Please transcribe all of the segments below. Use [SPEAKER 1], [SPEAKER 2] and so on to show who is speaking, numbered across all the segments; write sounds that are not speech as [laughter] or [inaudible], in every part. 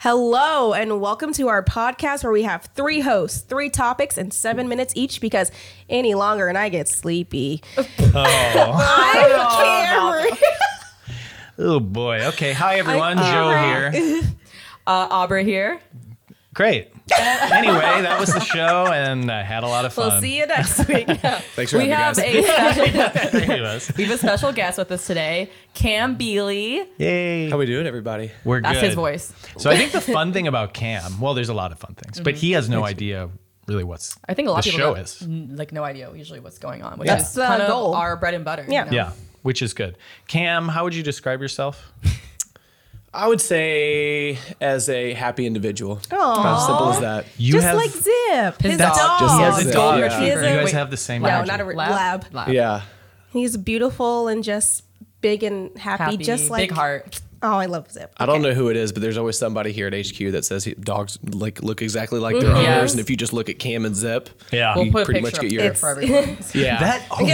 [SPEAKER 1] Hello, and welcome to our podcast where we have three hosts, three topics, and seven minutes each because any longer and I get sleepy. [laughs] I'm Cameron.
[SPEAKER 2] Oh boy. Okay. Hi everyone. Joe here.
[SPEAKER 3] Uh, Aubrey here.
[SPEAKER 1] [laughs]
[SPEAKER 2] Great. anyway, that was the show, and I had a lot of fun.
[SPEAKER 1] We'll see you next week.
[SPEAKER 4] Thanks for
[SPEAKER 3] We have
[SPEAKER 4] having me,
[SPEAKER 3] a special,
[SPEAKER 4] [laughs]
[SPEAKER 2] Thank
[SPEAKER 3] [laughs]
[SPEAKER 2] you, us.
[SPEAKER 3] we have a special guest with us today, Cam Beely.
[SPEAKER 2] Yay.
[SPEAKER 4] How we doing, everybody?
[SPEAKER 2] We're
[SPEAKER 3] That's
[SPEAKER 2] good.
[SPEAKER 3] his voice.
[SPEAKER 2] So I think the fun thing about Cam, well, there's a lot of fun things,
[SPEAKER 1] Mm-hmm.
[SPEAKER 2] but he has no idea really what's
[SPEAKER 3] I think a lot
[SPEAKER 2] the
[SPEAKER 3] of people
[SPEAKER 2] show
[SPEAKER 3] have,
[SPEAKER 2] is.
[SPEAKER 3] n- like no idea usually what's going on, which
[SPEAKER 2] Yeah.
[SPEAKER 3] is
[SPEAKER 1] That's the
[SPEAKER 3] kind of
[SPEAKER 1] goal.
[SPEAKER 3] our bread and butter. you
[SPEAKER 1] Yeah.
[SPEAKER 3] know?
[SPEAKER 2] Yeah, which is good. Cam, how would you describe yourself?
[SPEAKER 4] I would say as a happy individual. How
[SPEAKER 1] Aw.
[SPEAKER 4] simple as that.
[SPEAKER 2] You
[SPEAKER 1] just
[SPEAKER 2] have
[SPEAKER 1] like Zip. His
[SPEAKER 3] dog.
[SPEAKER 1] dog.
[SPEAKER 4] Just
[SPEAKER 3] He
[SPEAKER 4] like
[SPEAKER 3] has
[SPEAKER 4] Zip,
[SPEAKER 3] a dog
[SPEAKER 4] yeah.
[SPEAKER 3] retriever.
[SPEAKER 1] He
[SPEAKER 2] you
[SPEAKER 1] is
[SPEAKER 2] guys
[SPEAKER 1] Wait,
[SPEAKER 2] have the same
[SPEAKER 1] no,
[SPEAKER 2] energy.
[SPEAKER 1] Oh, not a re- lab.
[SPEAKER 4] Yeah.
[SPEAKER 1] He's beautiful and just big and happy,
[SPEAKER 3] Happy,
[SPEAKER 1] just like
[SPEAKER 3] big heart.
[SPEAKER 1] Oh, I love Zip.
[SPEAKER 4] I don't know who it is, but there's always somebody here at HQ that says he- dogs like look exactly like
[SPEAKER 1] Mm-hmm.
[SPEAKER 4] their
[SPEAKER 3] Yes.
[SPEAKER 4] owners, and if you just look at Cam and Zip,
[SPEAKER 2] Yeah.
[SPEAKER 3] We'll
[SPEAKER 4] you
[SPEAKER 3] put a
[SPEAKER 4] pretty
[SPEAKER 3] picture
[SPEAKER 4] much get
[SPEAKER 3] up
[SPEAKER 4] your
[SPEAKER 3] there
[SPEAKER 1] It's-
[SPEAKER 3] for everyone.
[SPEAKER 1] [laughs]
[SPEAKER 4] yeah.
[SPEAKER 2] That [laughs] oh,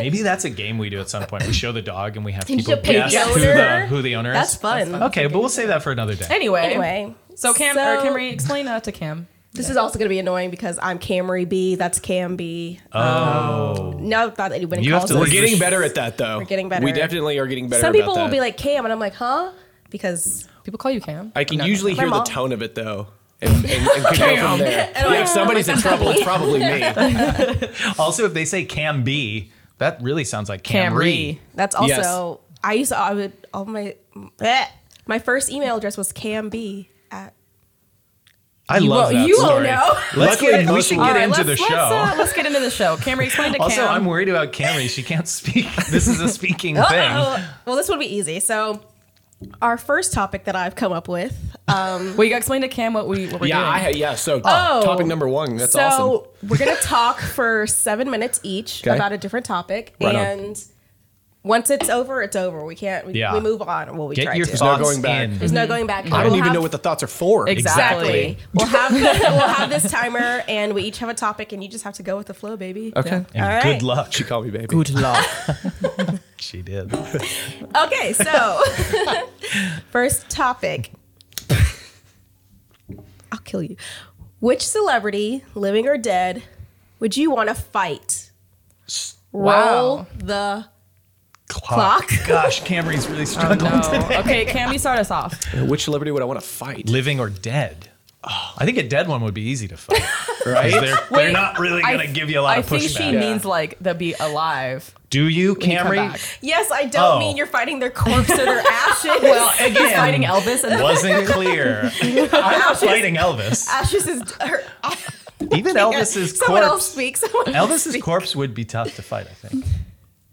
[SPEAKER 2] maybe that's a game we do at some point. We show the dog and we have people
[SPEAKER 1] should pick
[SPEAKER 2] guess
[SPEAKER 1] the
[SPEAKER 2] who the
[SPEAKER 1] owner.
[SPEAKER 2] who the owner
[SPEAKER 1] That's
[SPEAKER 2] is.
[SPEAKER 1] fun.
[SPEAKER 2] Okay, but we'll save that for another day.
[SPEAKER 3] anyway,
[SPEAKER 1] Anyway,
[SPEAKER 3] so Cam or Camry, explain uh, to Cam.
[SPEAKER 1] This is also going to be annoying because I'm Camry B. That's Cam B. Oh. No, not anybody
[SPEAKER 2] You have
[SPEAKER 1] calls
[SPEAKER 2] to
[SPEAKER 1] us.
[SPEAKER 4] We're
[SPEAKER 2] leave
[SPEAKER 4] getting
[SPEAKER 2] the-
[SPEAKER 4] better at that, though. We're
[SPEAKER 1] getting better.
[SPEAKER 4] We definitely are getting better.
[SPEAKER 1] Some
[SPEAKER 4] about
[SPEAKER 1] people will
[SPEAKER 4] that.
[SPEAKER 1] be like Cam, and I'm like, huh? Because
[SPEAKER 3] People call you Cam.
[SPEAKER 4] I can
[SPEAKER 3] No, no,
[SPEAKER 4] usually
[SPEAKER 3] no.
[SPEAKER 1] My
[SPEAKER 4] hear the
[SPEAKER 1] mom.
[SPEAKER 4] tone of it though, and, and, and
[SPEAKER 1] [laughs]
[SPEAKER 4] can go from there.
[SPEAKER 1] And I'm
[SPEAKER 4] Yeah,
[SPEAKER 1] like,
[SPEAKER 4] if somebody's in trouble, it's probably me.
[SPEAKER 1] [laughs]
[SPEAKER 2] Also, if they say Cam B, that really sounds like Cam
[SPEAKER 3] Camry.
[SPEAKER 2] Ree.
[SPEAKER 1] that's also, I used to, I would, all my, bleh. my first email address was Cam B. At,
[SPEAKER 2] I love that
[SPEAKER 1] you
[SPEAKER 2] story.
[SPEAKER 1] won't know.
[SPEAKER 2] [laughs] Let's
[SPEAKER 4] Luckily,
[SPEAKER 2] get, we
[SPEAKER 4] most
[SPEAKER 2] should
[SPEAKER 4] will-
[SPEAKER 2] get
[SPEAKER 3] All right,
[SPEAKER 2] into
[SPEAKER 3] let's,
[SPEAKER 2] the
[SPEAKER 3] let's,
[SPEAKER 2] show.
[SPEAKER 3] uh, let's get into the show. Camry,
[SPEAKER 4] [laughs]
[SPEAKER 3] explain to
[SPEAKER 2] also,
[SPEAKER 3] Cam.
[SPEAKER 2] I'm worried about Camry. She can't speak. This is a speaking thing.
[SPEAKER 1] Uh-oh. [laughs] Well, this would be easy. So, our first topic that I've come up with.
[SPEAKER 3] well, you got to explain to Cam what we what we're
[SPEAKER 4] Yeah, I,
[SPEAKER 3] doing.
[SPEAKER 4] had- yeah. So
[SPEAKER 1] Oh.
[SPEAKER 4] topic number one. That's
[SPEAKER 1] so, [laughs]
[SPEAKER 4] awesome.
[SPEAKER 1] we're going to talk for seven minutes each
[SPEAKER 4] Okay.
[SPEAKER 1] about a different topic.
[SPEAKER 4] Right on.
[SPEAKER 1] and once it's over, it's over. We can't, we,
[SPEAKER 2] Yeah.
[SPEAKER 1] we move on. Well, we
[SPEAKER 2] Get
[SPEAKER 1] try
[SPEAKER 2] your
[SPEAKER 1] to.
[SPEAKER 2] thoughts
[SPEAKER 4] going back.
[SPEAKER 2] in.
[SPEAKER 1] There's no going back.
[SPEAKER 4] I don't
[SPEAKER 1] We'll
[SPEAKER 4] even
[SPEAKER 1] have-
[SPEAKER 4] know what the thoughts are for.
[SPEAKER 3] Exactly.
[SPEAKER 1] We'll have we'll have this timer, and we each have a topic, and you just have to go with the flow, baby.
[SPEAKER 4] Okay.
[SPEAKER 2] And
[SPEAKER 1] All
[SPEAKER 2] good
[SPEAKER 1] right.
[SPEAKER 2] luck.
[SPEAKER 4] She called me baby.
[SPEAKER 3] [laughs]
[SPEAKER 2] luck. [laughs] she did.
[SPEAKER 1] Okay,
[SPEAKER 2] [laughs]
[SPEAKER 1] so first topic. I'll kill you. Which celebrity, living or dead, would you want to fight? Roll
[SPEAKER 3] Wow.
[SPEAKER 1] the
[SPEAKER 2] Clock.
[SPEAKER 1] Clock.
[SPEAKER 2] Gosh, Camry's really
[SPEAKER 3] Oh,
[SPEAKER 2] struggling today.
[SPEAKER 3] no.
[SPEAKER 4] [laughs]
[SPEAKER 3] Okay, Cam, you start us off.
[SPEAKER 4] Which celebrity would I want to fight?
[SPEAKER 2] Living or dead? I think a dead one would be easy to fight. Right? They're, they're
[SPEAKER 3] Wait,
[SPEAKER 2] not really going to
[SPEAKER 3] th-
[SPEAKER 2] give you a lot
[SPEAKER 3] I
[SPEAKER 2] of
[SPEAKER 3] think she
[SPEAKER 2] pushback.
[SPEAKER 3] means like they'll be alive.
[SPEAKER 2] Do you,
[SPEAKER 3] when you come
[SPEAKER 2] Camry?
[SPEAKER 3] back.
[SPEAKER 1] Yes, I don't
[SPEAKER 2] Oh.
[SPEAKER 1] mean you're fighting their corpse or
[SPEAKER 2] [laughs]
[SPEAKER 1] their ashes.
[SPEAKER 3] Well, he's
[SPEAKER 2] Um,
[SPEAKER 3] fighting Elvis, and
[SPEAKER 1] [laughs]
[SPEAKER 3] [laughs]
[SPEAKER 2] Wasn't clear. I'm not fighting Elvis.
[SPEAKER 1] ashes is her,
[SPEAKER 2] Even Elvis's
[SPEAKER 1] Uh, someone else
[SPEAKER 2] corpse.
[SPEAKER 1] speaks. Someone else
[SPEAKER 2] Elvis's
[SPEAKER 1] speaks.
[SPEAKER 2] corpse would be tough to fight, I think.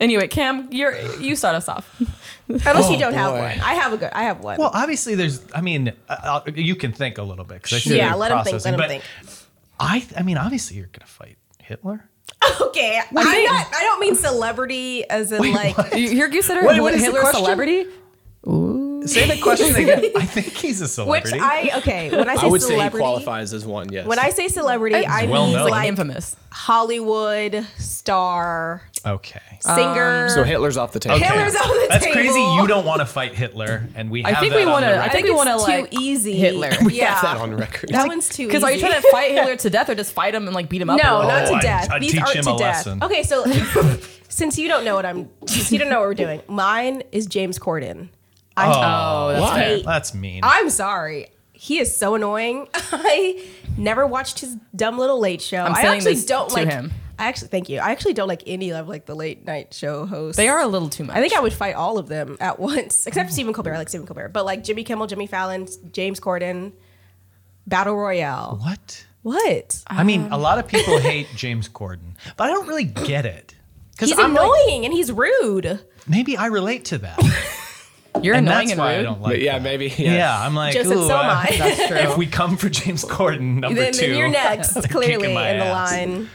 [SPEAKER 3] anyway, Cam, you're you start us off.
[SPEAKER 1] Unless you don't have
[SPEAKER 4] boy.
[SPEAKER 1] one. I have a good. I have one.
[SPEAKER 2] Oh, Well, obviously, there's. I mean, uh, uh, you can think a little bit because
[SPEAKER 1] Sure. Yeah, let 'em think, let 'em think.
[SPEAKER 2] I, th- I mean, obviously, you're gonna fight Hitler. [laughs]
[SPEAKER 1] Okay, I'm not, I don't mean celebrity as in like.
[SPEAKER 3] You- You're considered
[SPEAKER 2] Wait, what is the
[SPEAKER 3] Hitler
[SPEAKER 2] question?
[SPEAKER 3] celebrity?
[SPEAKER 2] Say the
[SPEAKER 1] [laughs]
[SPEAKER 2] question again. I think he's a
[SPEAKER 1] Which
[SPEAKER 2] celebrity.
[SPEAKER 1] I okay when I say
[SPEAKER 4] I would say he
[SPEAKER 1] celebrity.
[SPEAKER 4] qualifies as one. Yes.
[SPEAKER 1] when I say celebrity, I
[SPEAKER 2] well
[SPEAKER 1] mean
[SPEAKER 2] known.
[SPEAKER 1] like
[SPEAKER 3] Infamous.
[SPEAKER 1] Hollywood star,
[SPEAKER 2] okay.
[SPEAKER 1] singer.
[SPEAKER 4] so Hitler's off the table.
[SPEAKER 2] Okay.
[SPEAKER 1] Hitler's on the
[SPEAKER 2] That's
[SPEAKER 1] table.
[SPEAKER 2] crazy. You don't want to fight Hitler, and we.
[SPEAKER 3] I
[SPEAKER 2] have
[SPEAKER 3] think
[SPEAKER 2] that
[SPEAKER 3] we
[SPEAKER 2] on
[SPEAKER 3] wanna-
[SPEAKER 2] the
[SPEAKER 3] I
[SPEAKER 1] I
[SPEAKER 2] record.
[SPEAKER 1] think,
[SPEAKER 3] think we
[SPEAKER 1] it's
[SPEAKER 3] wanna,
[SPEAKER 1] too
[SPEAKER 3] like,
[SPEAKER 1] easy. [laughs]
[SPEAKER 3] Hitler.
[SPEAKER 4] We have that
[SPEAKER 1] Yeah,
[SPEAKER 4] on record.
[SPEAKER 1] that one's too easy.
[SPEAKER 3] Because are
[SPEAKER 1] [laughs]
[SPEAKER 3] you trying to fight Hitler to death or just fight him and like beat him up?
[SPEAKER 1] No,
[SPEAKER 3] or
[SPEAKER 1] not
[SPEAKER 2] Oh,
[SPEAKER 1] to
[SPEAKER 2] I-
[SPEAKER 1] death.
[SPEAKER 2] I'd
[SPEAKER 1] These
[SPEAKER 2] teach
[SPEAKER 1] aren't
[SPEAKER 2] him
[SPEAKER 1] to
[SPEAKER 2] a
[SPEAKER 1] death.
[SPEAKER 2] lesson.
[SPEAKER 1] Okay, so [laughs] since you don't know what I'm, since you don't know what we're doing, mine is James Corden. I
[SPEAKER 3] Oh, that's
[SPEAKER 2] Why?
[SPEAKER 1] hate-
[SPEAKER 2] That's mean.
[SPEAKER 1] I'm sorry. He is so annoying. [laughs] I never watched his dumb little late show. i
[SPEAKER 3] sending
[SPEAKER 1] actually
[SPEAKER 3] this
[SPEAKER 1] don't
[SPEAKER 3] to
[SPEAKER 1] like
[SPEAKER 3] him.
[SPEAKER 1] I actually thank you. I actually don't like any of like the late night show hosts.
[SPEAKER 3] They are a little too much.
[SPEAKER 1] I think I would fight all of them at once, [laughs] except Stephen Colbert. I like Stephen Colbert, but like Jimmy Kimmel, Jimmy Fallon, James Corden, Battle Royale.
[SPEAKER 2] what?
[SPEAKER 1] What?
[SPEAKER 2] I mean,
[SPEAKER 1] Um,
[SPEAKER 2] a lot
[SPEAKER 1] [laughs]
[SPEAKER 2] of people hate James Corden, but I don't really get it because
[SPEAKER 1] He's
[SPEAKER 2] I'm like,
[SPEAKER 1] annoying and he's rude.
[SPEAKER 2] maybe I relate to that,
[SPEAKER 3] You're
[SPEAKER 2] and
[SPEAKER 3] annoying
[SPEAKER 2] that's
[SPEAKER 3] and
[SPEAKER 2] why I
[SPEAKER 3] rude.
[SPEAKER 2] don't like.
[SPEAKER 4] But yeah,
[SPEAKER 2] that.
[SPEAKER 4] maybe.
[SPEAKER 2] Yeah, I'm like,
[SPEAKER 1] Joseph,
[SPEAKER 2] ooh,
[SPEAKER 1] so am
[SPEAKER 2] uh,
[SPEAKER 1] I. [laughs]
[SPEAKER 3] That's true.
[SPEAKER 2] If we come for James Corden, number
[SPEAKER 1] then,
[SPEAKER 2] two,
[SPEAKER 1] then you're next, clearly in the
[SPEAKER 2] my ass.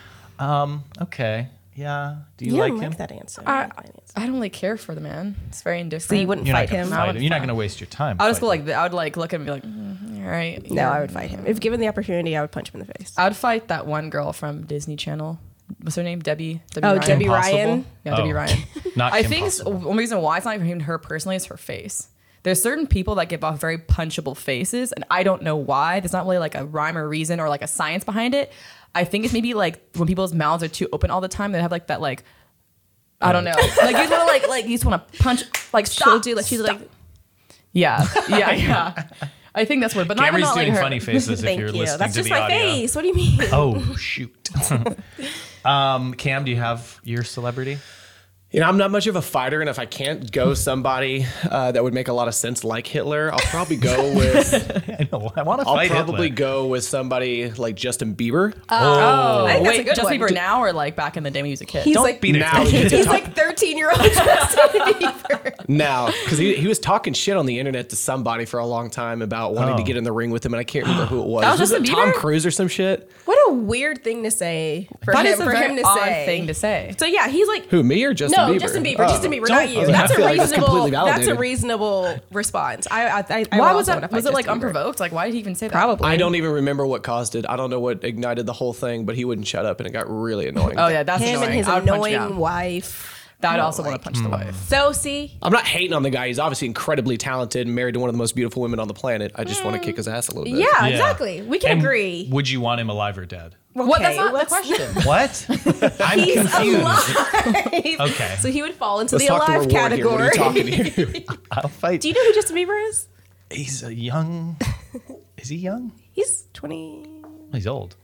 [SPEAKER 1] line.
[SPEAKER 2] Okay. Yeah. Do you
[SPEAKER 1] You
[SPEAKER 2] like
[SPEAKER 1] don't
[SPEAKER 2] him?
[SPEAKER 1] like that answer. You
[SPEAKER 3] I,
[SPEAKER 1] don't like that answer.
[SPEAKER 3] I don't really care for the man. It's very indifferent.
[SPEAKER 1] So you wouldn't
[SPEAKER 2] You're not
[SPEAKER 1] fight
[SPEAKER 2] gonna
[SPEAKER 1] him.
[SPEAKER 2] fight him. You're not gonna waste your time.
[SPEAKER 3] I would just go
[SPEAKER 2] fighting.
[SPEAKER 3] like I would like look at him and be like, mm, all right.
[SPEAKER 1] No, I would fight him. If given the opportunity, I would punch him in the face.
[SPEAKER 3] I would fight that one girl from Disney Channel, what's her name? Debbie. Debbie
[SPEAKER 1] Oh,
[SPEAKER 3] Ryan.
[SPEAKER 1] Debbie Ryan.
[SPEAKER 3] Yeah, Debbie
[SPEAKER 2] Oh.
[SPEAKER 3] Ryan.
[SPEAKER 2] [laughs] Not
[SPEAKER 3] I
[SPEAKER 2] Kim
[SPEAKER 3] think s-
[SPEAKER 2] Possible.
[SPEAKER 3] one reason why it's not even her personally is her face. There's certain people that give off very punchable faces, and I don't know why. There's not really like a rhyme or reason or like a science behind it. I think it's maybe like when people's mouths are too open all the time, they have like that like I don't know. like you just want to like like you just want to punch like stop,
[SPEAKER 1] She'll do like she's
[SPEAKER 3] stop.
[SPEAKER 1] like
[SPEAKER 3] yeah
[SPEAKER 2] [laughs]
[SPEAKER 3] yeah yeah. I think that's what. But not,
[SPEAKER 2] Camry's
[SPEAKER 3] not
[SPEAKER 2] doing
[SPEAKER 3] like
[SPEAKER 1] [laughs]
[SPEAKER 3] her.
[SPEAKER 2] funny faces if
[SPEAKER 1] thank
[SPEAKER 2] you're
[SPEAKER 1] you.
[SPEAKER 2] listening
[SPEAKER 1] That's
[SPEAKER 2] to
[SPEAKER 1] just
[SPEAKER 2] the
[SPEAKER 1] my
[SPEAKER 2] audio.
[SPEAKER 1] face. What do you mean? [laughs]
[SPEAKER 2] Oh shoot. [laughs] um, Cam, do you have your celebrity? [laughs]
[SPEAKER 4] You know, I'm not much of a fighter, and if I can't go somebody uh, that would make a lot of sense, like Hitler, I'll
[SPEAKER 1] [laughs]
[SPEAKER 4] probably go with.
[SPEAKER 2] I know. I want to
[SPEAKER 4] I'll
[SPEAKER 2] fight
[SPEAKER 4] probably
[SPEAKER 2] Hitler.
[SPEAKER 4] go with somebody like Justin Bieber.
[SPEAKER 1] Uh,
[SPEAKER 3] Oh,
[SPEAKER 1] I think that's a
[SPEAKER 3] wait,
[SPEAKER 1] good
[SPEAKER 3] just
[SPEAKER 1] one.
[SPEAKER 3] Bieber now or like back in the day when he was a kid?
[SPEAKER 1] He's
[SPEAKER 2] Don't
[SPEAKER 1] like
[SPEAKER 2] beat it.
[SPEAKER 4] now,
[SPEAKER 2] Justin.
[SPEAKER 4] he
[SPEAKER 1] he's like 13 [laughs] year old Justin Bieber.
[SPEAKER 4] now, because he, he was talking shit on the internet to somebody for a long time about wanting to
[SPEAKER 2] Oh.
[SPEAKER 4] get in the ring with him, and I can't remember who it was.
[SPEAKER 3] That was
[SPEAKER 4] it
[SPEAKER 3] Justin
[SPEAKER 4] Tom
[SPEAKER 3] Bieber?
[SPEAKER 4] Cruise or some shit?
[SPEAKER 1] What a weird thing to say for
[SPEAKER 3] That
[SPEAKER 1] him
[SPEAKER 3] is a
[SPEAKER 1] for
[SPEAKER 3] very
[SPEAKER 1] him to
[SPEAKER 3] odd
[SPEAKER 1] say.
[SPEAKER 3] thing to say.
[SPEAKER 1] So yeah, he's like
[SPEAKER 4] Who, me or
[SPEAKER 1] no,
[SPEAKER 4] Justin Bieber?
[SPEAKER 1] Justin Bieber,
[SPEAKER 4] Oh.
[SPEAKER 1] Justin Bieber,
[SPEAKER 4] Don't-
[SPEAKER 1] not you.
[SPEAKER 4] I
[SPEAKER 1] That's
[SPEAKER 4] feel
[SPEAKER 1] a
[SPEAKER 4] like that's
[SPEAKER 1] reasonable.
[SPEAKER 4] completely
[SPEAKER 1] that's a
[SPEAKER 4] validated.
[SPEAKER 1] reasonable response. I, I, I, I
[SPEAKER 3] Why
[SPEAKER 1] also
[SPEAKER 3] was
[SPEAKER 1] wanna
[SPEAKER 3] that?
[SPEAKER 1] fight
[SPEAKER 3] Was it like
[SPEAKER 1] Justin Bieber.
[SPEAKER 3] unprovoked? Like why did he even say that?
[SPEAKER 1] Probably.
[SPEAKER 4] I don't even remember what caused it. I don't know what ignited the whole thing, but he wouldn't shut up, and it got really annoying.
[SPEAKER 3] Oh yeah, that's
[SPEAKER 1] him
[SPEAKER 3] annoying.
[SPEAKER 1] and his
[SPEAKER 3] I would punch
[SPEAKER 1] annoying
[SPEAKER 3] down.
[SPEAKER 1] wife. Mm.
[SPEAKER 3] That I'd also want to punch the wife.
[SPEAKER 1] So see,
[SPEAKER 4] I'm not hating on the guy. He's obviously incredibly talented and married to one of the most beautiful women on the planet. I just want to kick his ass a little bit.
[SPEAKER 1] yeah,
[SPEAKER 2] Yeah.
[SPEAKER 1] exactly. We can
[SPEAKER 2] And
[SPEAKER 1] agree.
[SPEAKER 2] Would you want him alive or dead?
[SPEAKER 3] What?
[SPEAKER 1] Okay,
[SPEAKER 3] That's not the
[SPEAKER 1] let's- [laughs]
[SPEAKER 3] [laughs] question.
[SPEAKER 2] What? I'm
[SPEAKER 1] He's
[SPEAKER 2] confused.
[SPEAKER 1] alive.
[SPEAKER 2] Okay.
[SPEAKER 1] So he would fall into
[SPEAKER 4] Let's
[SPEAKER 1] the
[SPEAKER 4] talk to
[SPEAKER 1] alive
[SPEAKER 4] our ward here. What are
[SPEAKER 1] category.
[SPEAKER 4] you talking to?
[SPEAKER 2] I'll
[SPEAKER 1] [laughs]
[SPEAKER 2] fight.
[SPEAKER 1] Do you know who Justin Bieber is?
[SPEAKER 2] He's a young. Is he young?
[SPEAKER 1] He's 20.
[SPEAKER 2] He's old.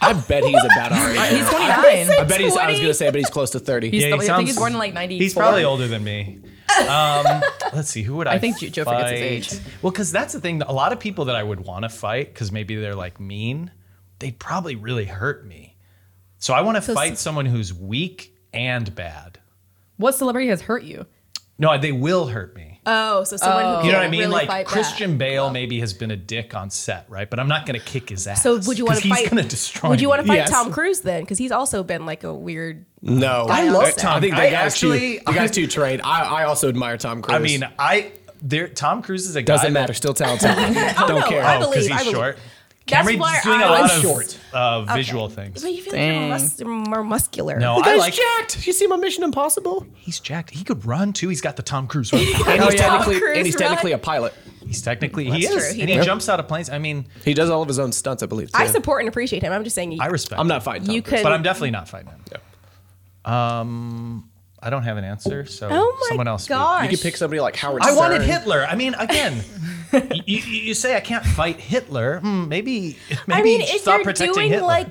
[SPEAKER 4] I bet he's about our age.
[SPEAKER 3] He's 29.
[SPEAKER 4] I bet he's. I was
[SPEAKER 1] 20.
[SPEAKER 4] gonna say, but he's close to 30.
[SPEAKER 3] He's
[SPEAKER 2] Yeah, he
[SPEAKER 3] probably- I think he's
[SPEAKER 2] sounds-
[SPEAKER 3] born in like 94.
[SPEAKER 2] He's probably older than
[SPEAKER 3] [laughs]
[SPEAKER 2] me. Um, let's see. Who would I?
[SPEAKER 3] I think Joe forgets his
[SPEAKER 2] fight? Well, because that's the thing. A lot of people that I would want to fight, because maybe they're like mean, they'd probably really hurt me. So I want to fight someone who's weak and bad.
[SPEAKER 3] What celebrity has hurt you?
[SPEAKER 2] No, they will hurt me.
[SPEAKER 1] Oh, so someone who
[SPEAKER 2] you
[SPEAKER 1] can't
[SPEAKER 2] know what I mean?
[SPEAKER 1] really
[SPEAKER 2] like
[SPEAKER 1] fight
[SPEAKER 2] Christian Bale maybe has been a dick on set, right? But I'm not going to kick his ass.
[SPEAKER 1] So would you want
[SPEAKER 2] [laughs] 'cause
[SPEAKER 1] to fight?
[SPEAKER 2] He's going to destroy.
[SPEAKER 1] Would you want to
[SPEAKER 2] me.
[SPEAKER 1] fight
[SPEAKER 4] Yes.
[SPEAKER 1] Tom Cruise then? Because he's also been like a weird.
[SPEAKER 4] no,
[SPEAKER 1] I love Tom.
[SPEAKER 4] I think
[SPEAKER 2] I
[SPEAKER 4] that guy's
[SPEAKER 2] actually-
[SPEAKER 4] too. The guy's
[SPEAKER 2] [laughs]
[SPEAKER 4] too trained. I, I also admire Tom Cruise.
[SPEAKER 2] I mean, I there. Tom Cruise is a guy.
[SPEAKER 4] doesn't
[SPEAKER 2] that-
[SPEAKER 4] matter.
[SPEAKER 2] [laughs]
[SPEAKER 4] Still talented. Don't
[SPEAKER 1] no,
[SPEAKER 4] care.
[SPEAKER 1] I
[SPEAKER 2] Oh,
[SPEAKER 1] believe-
[SPEAKER 2] because he's
[SPEAKER 1] I believe.
[SPEAKER 2] short.
[SPEAKER 1] That's
[SPEAKER 2] Cameron's
[SPEAKER 1] why
[SPEAKER 2] doing a
[SPEAKER 1] I-
[SPEAKER 2] lot
[SPEAKER 1] I'm
[SPEAKER 2] of
[SPEAKER 4] short.
[SPEAKER 2] uh, visual things.
[SPEAKER 1] But you feel like you're more, mus- more muscular.
[SPEAKER 2] No,
[SPEAKER 4] The
[SPEAKER 2] I
[SPEAKER 4] guy's
[SPEAKER 2] like.
[SPEAKER 4] jacked. You see him on Mission Impossible?
[SPEAKER 2] He's jacked. He could run too. He's got the Tom Cruise.
[SPEAKER 1] [laughs]
[SPEAKER 2] run.
[SPEAKER 4] And he's
[SPEAKER 3] yeah.
[SPEAKER 4] technically,
[SPEAKER 1] Tom Cruise,
[SPEAKER 4] and he's
[SPEAKER 1] right?
[SPEAKER 4] technically a pilot.
[SPEAKER 2] he's technically he
[SPEAKER 1] That's
[SPEAKER 2] is,
[SPEAKER 1] true. He
[SPEAKER 2] and he
[SPEAKER 1] is.
[SPEAKER 2] jumps out of planes. I mean,
[SPEAKER 4] He does all of his own stunts, I believe. Too.
[SPEAKER 1] I support and appreciate him. I'm just saying. You,
[SPEAKER 2] I respect.
[SPEAKER 4] I'm
[SPEAKER 2] him,
[SPEAKER 4] not fighting. Tom
[SPEAKER 1] You
[SPEAKER 4] Cruise.
[SPEAKER 1] could.
[SPEAKER 2] but I'm definitely not fighting him. Um,
[SPEAKER 4] Yeah.
[SPEAKER 2] I don't have an answer, so
[SPEAKER 1] Oh my
[SPEAKER 2] someone else. speak.
[SPEAKER 1] gosh.
[SPEAKER 4] You could pick somebody like Howard.
[SPEAKER 2] I wanted
[SPEAKER 4] Stern.
[SPEAKER 2] Hitler. I mean, again, y- y- you, say I can't fight Hitler. Hmm, maybe, maybe
[SPEAKER 1] I mean, if
[SPEAKER 2] stop
[SPEAKER 1] you're
[SPEAKER 2] protecting
[SPEAKER 1] doing
[SPEAKER 2] Hitler.
[SPEAKER 1] like,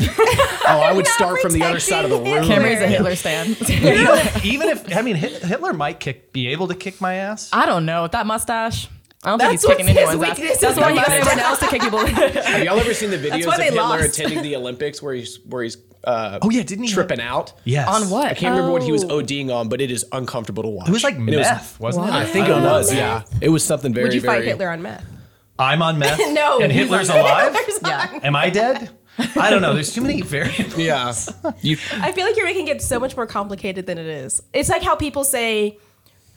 [SPEAKER 4] Oh, I would
[SPEAKER 1] Not
[SPEAKER 4] start from the other side of the
[SPEAKER 1] protecting
[SPEAKER 4] room.
[SPEAKER 1] Hitler.
[SPEAKER 3] Camry's a Hitler stan.
[SPEAKER 2] even, if, even if I mean Hit- Hitler might kick, be able to kick my ass.
[SPEAKER 3] [laughs]
[SPEAKER 1] Uh,
[SPEAKER 3] I don't know. With that mustache, I don't
[SPEAKER 1] That's
[SPEAKER 3] think he's kicking
[SPEAKER 1] what's his
[SPEAKER 3] anyone's ass.
[SPEAKER 1] weakness,
[SPEAKER 3] That's
[SPEAKER 1] his
[SPEAKER 3] why he got
[SPEAKER 1] mustache.
[SPEAKER 3] everyone else to
[SPEAKER 1] [laughs]
[SPEAKER 3] kick people.
[SPEAKER 4] Have y'all ever seen the
[SPEAKER 1] That's
[SPEAKER 4] videos
[SPEAKER 1] why
[SPEAKER 4] of
[SPEAKER 1] they
[SPEAKER 4] Hitler
[SPEAKER 1] lost.
[SPEAKER 4] attending the Olympics where he's where he's uh,
[SPEAKER 2] oh yeah, didn't he
[SPEAKER 4] tripping out?
[SPEAKER 2] Yes.
[SPEAKER 3] On what?
[SPEAKER 4] I can't remember what he was
[SPEAKER 1] Oh.
[SPEAKER 4] ODing on, but it is uncomfortable to watch.
[SPEAKER 2] It was like
[SPEAKER 4] And
[SPEAKER 2] meth, was, not it?
[SPEAKER 4] I think it was. Yeah, it was something very.
[SPEAKER 1] would you fight
[SPEAKER 4] very-
[SPEAKER 1] Hitler on meth? [laughs]
[SPEAKER 2] I'm on meth.
[SPEAKER 1] No,
[SPEAKER 2] And
[SPEAKER 1] he's
[SPEAKER 2] Hitler's
[SPEAKER 1] on- [laughs]
[SPEAKER 2] alive.
[SPEAKER 1] Hitler's
[SPEAKER 3] Yeah.
[SPEAKER 1] on.
[SPEAKER 2] Am I dead? I don't know. There's
[SPEAKER 1] [laughs]
[SPEAKER 2] too many variables.
[SPEAKER 4] Yeah, you,
[SPEAKER 1] I feel like you're making it so much more complicated than it is. It's like how people say,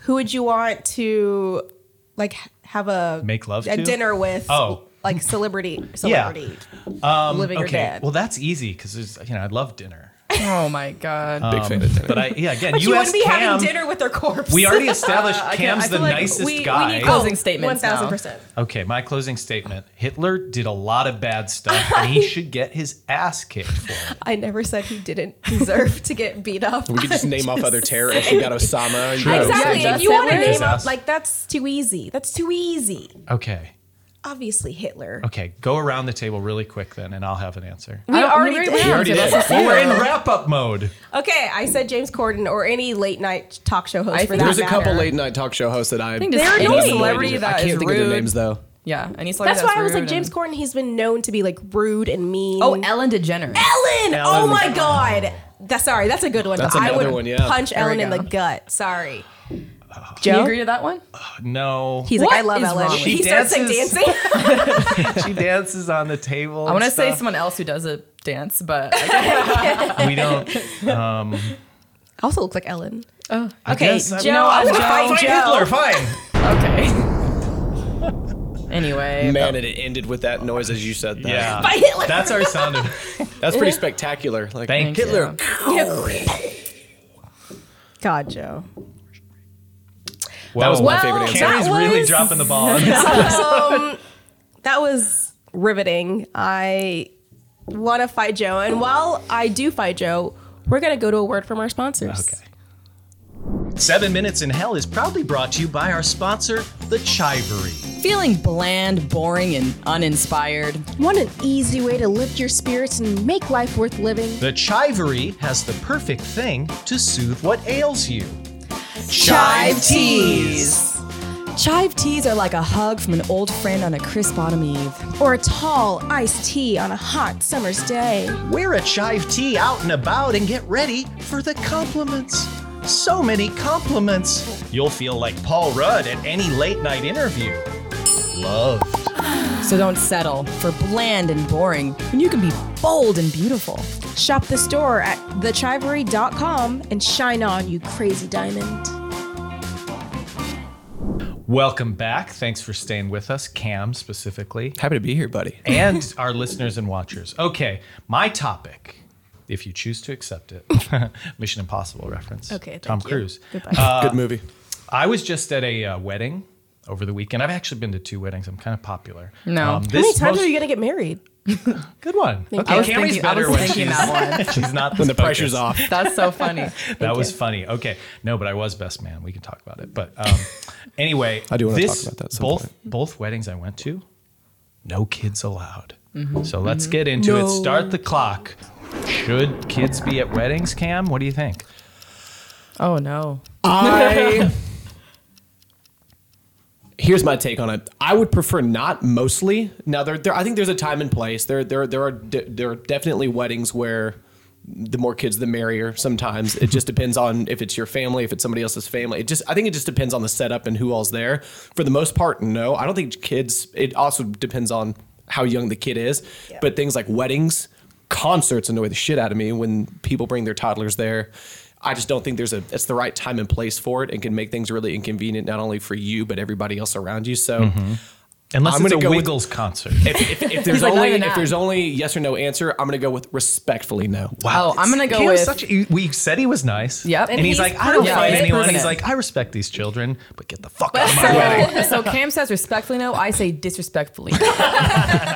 [SPEAKER 1] "Who would you want to like h- have a
[SPEAKER 2] Make love
[SPEAKER 1] a
[SPEAKER 2] to?
[SPEAKER 1] dinner with?"
[SPEAKER 2] Oh. Um,
[SPEAKER 1] like
[SPEAKER 2] [laughs]
[SPEAKER 1] celebrity, celebrity, living or
[SPEAKER 2] Okay.
[SPEAKER 1] dead.
[SPEAKER 2] Well, that's easy because you know I love dinner.
[SPEAKER 3] [laughs]
[SPEAKER 2] Um,
[SPEAKER 3] oh my god.
[SPEAKER 1] [laughs]
[SPEAKER 4] big fan of Hitler.
[SPEAKER 2] But I yeah again
[SPEAKER 1] but you, wouldn't
[SPEAKER 2] asked
[SPEAKER 1] be
[SPEAKER 2] Cam.
[SPEAKER 1] having dinner with their corpse. [laughs]
[SPEAKER 2] We already established
[SPEAKER 3] I can't- I
[SPEAKER 2] Cam's the
[SPEAKER 3] feel like
[SPEAKER 2] nicest
[SPEAKER 3] we- we
[SPEAKER 2] guy.
[SPEAKER 3] need closing statements
[SPEAKER 1] One
[SPEAKER 3] now.
[SPEAKER 1] thousand percent.
[SPEAKER 3] [laughs]
[SPEAKER 2] Okay, my closing statement. Hitler did a lot of bad stuff, and
[SPEAKER 1] [laughs]
[SPEAKER 2] he should get his ass kicked for it.
[SPEAKER 1] I never said he didn't deserve to get beat up.
[SPEAKER 4] we could just
[SPEAKER 1] I'm
[SPEAKER 4] name
[SPEAKER 1] [laughs]
[SPEAKER 4] off other terrorists. You got Osama. You
[SPEAKER 2] True.
[SPEAKER 4] got
[SPEAKER 1] Exactly.
[SPEAKER 3] Yeah,
[SPEAKER 1] if
[SPEAKER 3] just
[SPEAKER 1] you want to
[SPEAKER 3] Hitler.
[SPEAKER 1] name up,
[SPEAKER 2] Yes.
[SPEAKER 1] like that's too easy. That's too easy.
[SPEAKER 2] Okay,
[SPEAKER 1] Obviously, Hitler.
[SPEAKER 2] okay. Go around the table really quick then, and I'll have an answer.
[SPEAKER 1] We
[SPEAKER 3] I don't-
[SPEAKER 1] already
[SPEAKER 3] we
[SPEAKER 1] did.
[SPEAKER 3] already
[SPEAKER 4] We already did.
[SPEAKER 2] Well, we're in wrap up mode.
[SPEAKER 1] Okay, I said James Corden or any late night talk show host
[SPEAKER 3] I
[SPEAKER 1] for
[SPEAKER 3] think
[SPEAKER 1] that
[SPEAKER 4] There's a couple
[SPEAKER 1] matter.
[SPEAKER 4] late night talk show hosts that I.
[SPEAKER 3] think just
[SPEAKER 1] They're
[SPEAKER 4] I
[SPEAKER 3] any
[SPEAKER 4] have no
[SPEAKER 1] annoying.
[SPEAKER 3] celebrity
[SPEAKER 4] idea.
[SPEAKER 3] that
[SPEAKER 4] I
[SPEAKER 3] is
[SPEAKER 4] can't think of their
[SPEAKER 3] rude.
[SPEAKER 4] names though.
[SPEAKER 3] Yeah, any celebrity
[SPEAKER 1] That's why I was
[SPEAKER 3] rude
[SPEAKER 1] like James
[SPEAKER 3] and-
[SPEAKER 1] Corden. He's been known to be like rude and mean.
[SPEAKER 3] Oh, Ellen DeGeneres.
[SPEAKER 1] Ellen! Oh
[SPEAKER 2] Ellen.
[SPEAKER 1] my God. That's sorry. That's a good one.
[SPEAKER 4] That's
[SPEAKER 1] I
[SPEAKER 4] another
[SPEAKER 1] would
[SPEAKER 4] one, yeah.
[SPEAKER 1] punch
[SPEAKER 3] we
[SPEAKER 1] Ellen in
[SPEAKER 3] go.
[SPEAKER 1] the gut. Sorry.
[SPEAKER 3] Do you
[SPEAKER 1] Joe?
[SPEAKER 3] agree to that one?
[SPEAKER 2] No,
[SPEAKER 1] He's
[SPEAKER 3] What
[SPEAKER 1] like, I love
[SPEAKER 3] is
[SPEAKER 1] Ellen.
[SPEAKER 3] wrong
[SPEAKER 1] He
[SPEAKER 2] with
[SPEAKER 1] starts like
[SPEAKER 2] you? She
[SPEAKER 1] dancing.
[SPEAKER 2] [laughs]
[SPEAKER 1] [laughs]
[SPEAKER 2] she dances on the table.
[SPEAKER 3] I want to
[SPEAKER 2] and
[SPEAKER 3] say
[SPEAKER 2] stuff.
[SPEAKER 3] someone else who does a dance, but I guess,
[SPEAKER 2] We don't. Um,
[SPEAKER 1] also looks like [laughs] Ellen.
[SPEAKER 2] I
[SPEAKER 1] Okay,
[SPEAKER 2] guess, I-
[SPEAKER 1] Joe,
[SPEAKER 2] No,
[SPEAKER 1] I'm gonna
[SPEAKER 2] Joe.
[SPEAKER 1] fight
[SPEAKER 2] fight
[SPEAKER 1] Joe.
[SPEAKER 2] Hitler. Fine.
[SPEAKER 3] okay. [laughs] Anyway,
[SPEAKER 4] Man, and it ended with that noise as you said that.
[SPEAKER 2] Yeah.
[SPEAKER 1] By Hitler.
[SPEAKER 2] That's our sound of
[SPEAKER 4] That's pretty spectacular. Like
[SPEAKER 2] Thank
[SPEAKER 4] Hitler.
[SPEAKER 1] God, Joe.
[SPEAKER 2] That
[SPEAKER 4] was my favorite answer.
[SPEAKER 2] Carrie's
[SPEAKER 1] that
[SPEAKER 2] really
[SPEAKER 1] was-
[SPEAKER 2] dropping the ball. on this.
[SPEAKER 1] That was riveting. I want to fight Joe. And while I do fight Joe, we're going to go to a word from our sponsors.
[SPEAKER 2] Okay. Seven Minutes in Hell is proudly brought to you by our sponsor, The Chivery.
[SPEAKER 3] feeling bland, boring, and uninspired.
[SPEAKER 1] Want an easy way to lift your spirits and make life worth living?
[SPEAKER 2] The Chivery has the perfect thing to soothe what ails you.
[SPEAKER 3] Chive teas. Chive teas are like a hug from an old friend on a crisp autumn eve.
[SPEAKER 1] Or a tall iced tea on a hot summer's day.
[SPEAKER 2] Wear a chive tea out and about and get ready for the compliments. So many compliments. You'll feel like Paul Rudd at any late night interview. Love.
[SPEAKER 3] So don't settle for bland and boring when you can be bold and beautiful.
[SPEAKER 1] Shop the store at thechivery.com and shine on, you crazy diamond.
[SPEAKER 2] Welcome back. Thanks for staying with us, Cam specifically.
[SPEAKER 4] Happy to be here, buddy.
[SPEAKER 1] [laughs]
[SPEAKER 2] and our listeners and watchers. Okay, my topic, if you choose to accept it, [laughs] Mission Impossible reference.
[SPEAKER 1] Okay,
[SPEAKER 2] Tom
[SPEAKER 1] thank you.
[SPEAKER 2] Cruise.
[SPEAKER 1] Goodbye.
[SPEAKER 4] Good movie.
[SPEAKER 2] I was just at a uh, wedding over the weekend. I've actually been to two weddings. I'm kind of popular. Um,
[SPEAKER 3] No.
[SPEAKER 1] How many
[SPEAKER 2] this
[SPEAKER 1] times
[SPEAKER 2] most-
[SPEAKER 1] are you going to get married?
[SPEAKER 2] Good one.
[SPEAKER 3] you. I
[SPEAKER 2] Okay, Cammy's
[SPEAKER 3] was thinking- I
[SPEAKER 2] better when
[SPEAKER 3] was thinking
[SPEAKER 2] she's, [laughs]
[SPEAKER 3] that
[SPEAKER 2] she's
[SPEAKER 4] [laughs]
[SPEAKER 2] not
[SPEAKER 4] When the pressure's off.
[SPEAKER 3] That's so funny.
[SPEAKER 2] That was funny. Okay, no, but I was best man. We can talk about it. But um, [laughs] anyway,
[SPEAKER 4] I do wanna
[SPEAKER 2] this-
[SPEAKER 4] talk about that at some
[SPEAKER 2] Both
[SPEAKER 4] point.
[SPEAKER 2] both weddings I went to, no kids allowed.
[SPEAKER 3] Mm-hmm.
[SPEAKER 2] So let's get into it. Start the clock. Should kids be at weddings, Cam? What do you think?
[SPEAKER 3] [laughs] Oh no.
[SPEAKER 4] I here's my take on it. I would prefer not mostly. Now there, there I think there's a time and place. There, there, there are de- there are definitely weddings where the more kids, the merrier. Sometimes it just depends on if it's your family, if it's somebody else's family. It just I think it just depends on the setup and who all's there. For the most part, no. I don't think kids. It also depends on how young the kid is. But things like weddings, concerts annoy the shit out of me when people bring their toddlers there. I just don't think there's a it's the right time and place for it and can make things really inconvenient not only for you but everybody else around you. So
[SPEAKER 2] Unless
[SPEAKER 4] I'm
[SPEAKER 2] it's a
[SPEAKER 4] gonna go with-
[SPEAKER 2] Wiggles concert.
[SPEAKER 4] if,
[SPEAKER 3] [laughs]
[SPEAKER 4] if, if there's
[SPEAKER 3] like, "No,
[SPEAKER 4] only
[SPEAKER 3] you're
[SPEAKER 4] if
[SPEAKER 3] not."
[SPEAKER 4] there's only yes or no answer, I'm gonna go with respectfully no.
[SPEAKER 3] Wow, Oh, I'm gonna go
[SPEAKER 2] Cam is
[SPEAKER 3] with-
[SPEAKER 2] Such a, we said he was nice.
[SPEAKER 3] Yep.
[SPEAKER 2] And,
[SPEAKER 3] And
[SPEAKER 2] he's,
[SPEAKER 1] he's
[SPEAKER 2] like, I don't
[SPEAKER 1] proven
[SPEAKER 3] it.
[SPEAKER 2] fight
[SPEAKER 3] He's
[SPEAKER 2] anyone.
[SPEAKER 3] proven
[SPEAKER 2] He's
[SPEAKER 3] it.
[SPEAKER 2] like, I respect these children, but get the
[SPEAKER 3] [laughs]
[SPEAKER 2] fuck out of my way.
[SPEAKER 3] So, so Cam says respectfully no. I say disrespectfully.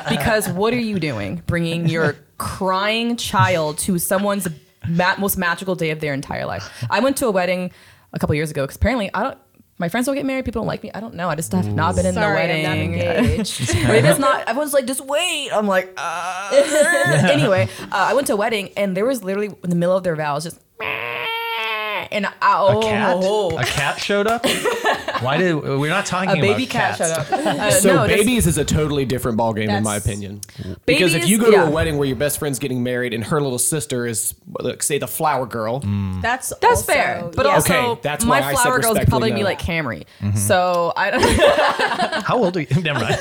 [SPEAKER 3] because what are you doing? Bringing your crying child to someone's ma- most magical day of their entire life. I went to a wedding a couple years ago because apparently I don't. My friends don't get married. People don't like me. I don't know. I just have not been in the
[SPEAKER 1] Sorry, I'm
[SPEAKER 3] wedding.
[SPEAKER 1] not
[SPEAKER 3] [laughs]
[SPEAKER 1] engaged.
[SPEAKER 3] But if
[SPEAKER 1] [laughs]
[SPEAKER 3] it's not, everyone's like, just wait. I'm like, uh. anyway, uh, I went to a wedding and there was literally in the middle of their vows just, [laughs] and I, oh,
[SPEAKER 2] A cat? A cat showed up? Why did we're not talking
[SPEAKER 3] a
[SPEAKER 2] about
[SPEAKER 3] baby cat
[SPEAKER 2] cats.
[SPEAKER 3] showed up.
[SPEAKER 2] [laughs]
[SPEAKER 3] Uh,
[SPEAKER 4] So
[SPEAKER 3] no, this-
[SPEAKER 4] babies is a totally different ballgame in my
[SPEAKER 1] That's-
[SPEAKER 4] opinion. because if
[SPEAKER 3] Babies-
[SPEAKER 4] you go to
[SPEAKER 3] yeah.
[SPEAKER 4] a wedding where your best friend's getting married and her little sister is like say the flower girl,
[SPEAKER 1] That's
[SPEAKER 3] That's
[SPEAKER 1] also-
[SPEAKER 3] fair, but
[SPEAKER 1] yeah.
[SPEAKER 3] also
[SPEAKER 4] Okay, that's
[SPEAKER 3] my
[SPEAKER 4] why I said
[SPEAKER 3] flower girls would probably
[SPEAKER 4] respectfully
[SPEAKER 3] be
[SPEAKER 4] no.
[SPEAKER 3] like Camry.
[SPEAKER 2] Mm-hmm.
[SPEAKER 3] So I, don't- [laughs]
[SPEAKER 2] How old are you? [laughs] Never mind.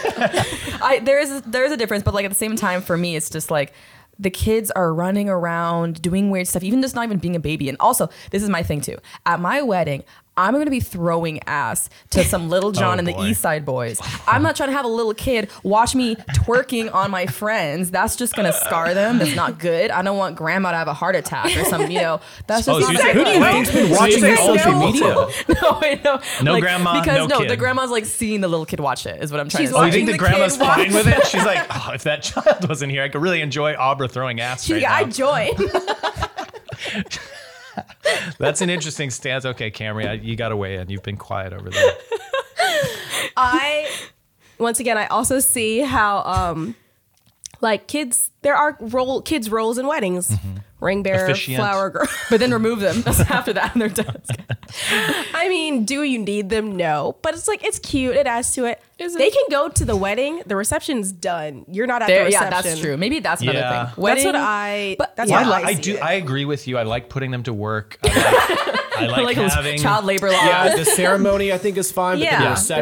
[SPEAKER 3] I there is there is a difference, but like at the same time, for me, it's just like the kids are running around doing weird stuff, even just not even being a baby. And also, this is my thing too. At my wedding. I'm gonna be throwing ass to some
[SPEAKER 2] [laughs]
[SPEAKER 3] little John
[SPEAKER 2] Oh,
[SPEAKER 3] and the
[SPEAKER 2] boy.
[SPEAKER 3] East Side Boys. I'm not trying to have a little kid watch me twerking on my friends. That's just gonna scar them. That's not good. I don't want grandma to have a heart attack or something. You know, that's just
[SPEAKER 2] Oh, so
[SPEAKER 3] not
[SPEAKER 2] you said-
[SPEAKER 3] good.
[SPEAKER 2] who do you think's been
[SPEAKER 4] So you
[SPEAKER 2] watching
[SPEAKER 4] think
[SPEAKER 2] your social
[SPEAKER 4] no?
[SPEAKER 2] media? Oh,
[SPEAKER 3] [laughs] no, I know.
[SPEAKER 2] No grandma,
[SPEAKER 3] Because
[SPEAKER 2] no
[SPEAKER 3] no,
[SPEAKER 2] kid.
[SPEAKER 3] the grandma's like seeing the little kid watch it. Is what I'm trying
[SPEAKER 1] She's
[SPEAKER 3] to
[SPEAKER 2] Oh,
[SPEAKER 3] say.
[SPEAKER 1] Watching
[SPEAKER 2] you think the
[SPEAKER 1] the
[SPEAKER 2] grandma's
[SPEAKER 1] kid watch-
[SPEAKER 2] fine with it? She's like, oh, if that [laughs] child wasn't here, I could really enjoy Abra throwing ass right
[SPEAKER 3] She's [laughs] like, I
[SPEAKER 2] now.
[SPEAKER 3] join.
[SPEAKER 2] That's an interesting stance. Okay, Camry, I, you got to weigh in. You've been quiet over there.
[SPEAKER 1] I once again I also see how um like kids there are role kids roles in weddings. Ring bearer,
[SPEAKER 2] Officiant.
[SPEAKER 1] flower girl.
[SPEAKER 3] but then remove them after that, and they're done.
[SPEAKER 1] I mean, do you need them? No. But it's like it's cute, it adds to it.
[SPEAKER 3] Is it?
[SPEAKER 1] They can go to the wedding, the reception's done. You're not at the
[SPEAKER 3] There, yeah,
[SPEAKER 1] reception.
[SPEAKER 3] that's true. Maybe that's another
[SPEAKER 2] Yeah. That's
[SPEAKER 3] thing.
[SPEAKER 1] That's what
[SPEAKER 3] Wedding-
[SPEAKER 1] I
[SPEAKER 3] But-
[SPEAKER 1] that's
[SPEAKER 3] Yeah,
[SPEAKER 2] I,
[SPEAKER 1] how
[SPEAKER 2] li-
[SPEAKER 1] I,
[SPEAKER 2] I
[SPEAKER 1] see
[SPEAKER 2] do.
[SPEAKER 1] It.
[SPEAKER 2] I agree with you. I like putting them to
[SPEAKER 3] [laughs]
[SPEAKER 2] work. I like, I like
[SPEAKER 3] like those
[SPEAKER 2] having
[SPEAKER 3] child labor laws.
[SPEAKER 4] yeah, the ceremony I think is fine, but
[SPEAKER 1] yeah,
[SPEAKER 4] then the
[SPEAKER 1] the
[SPEAKER 4] reception,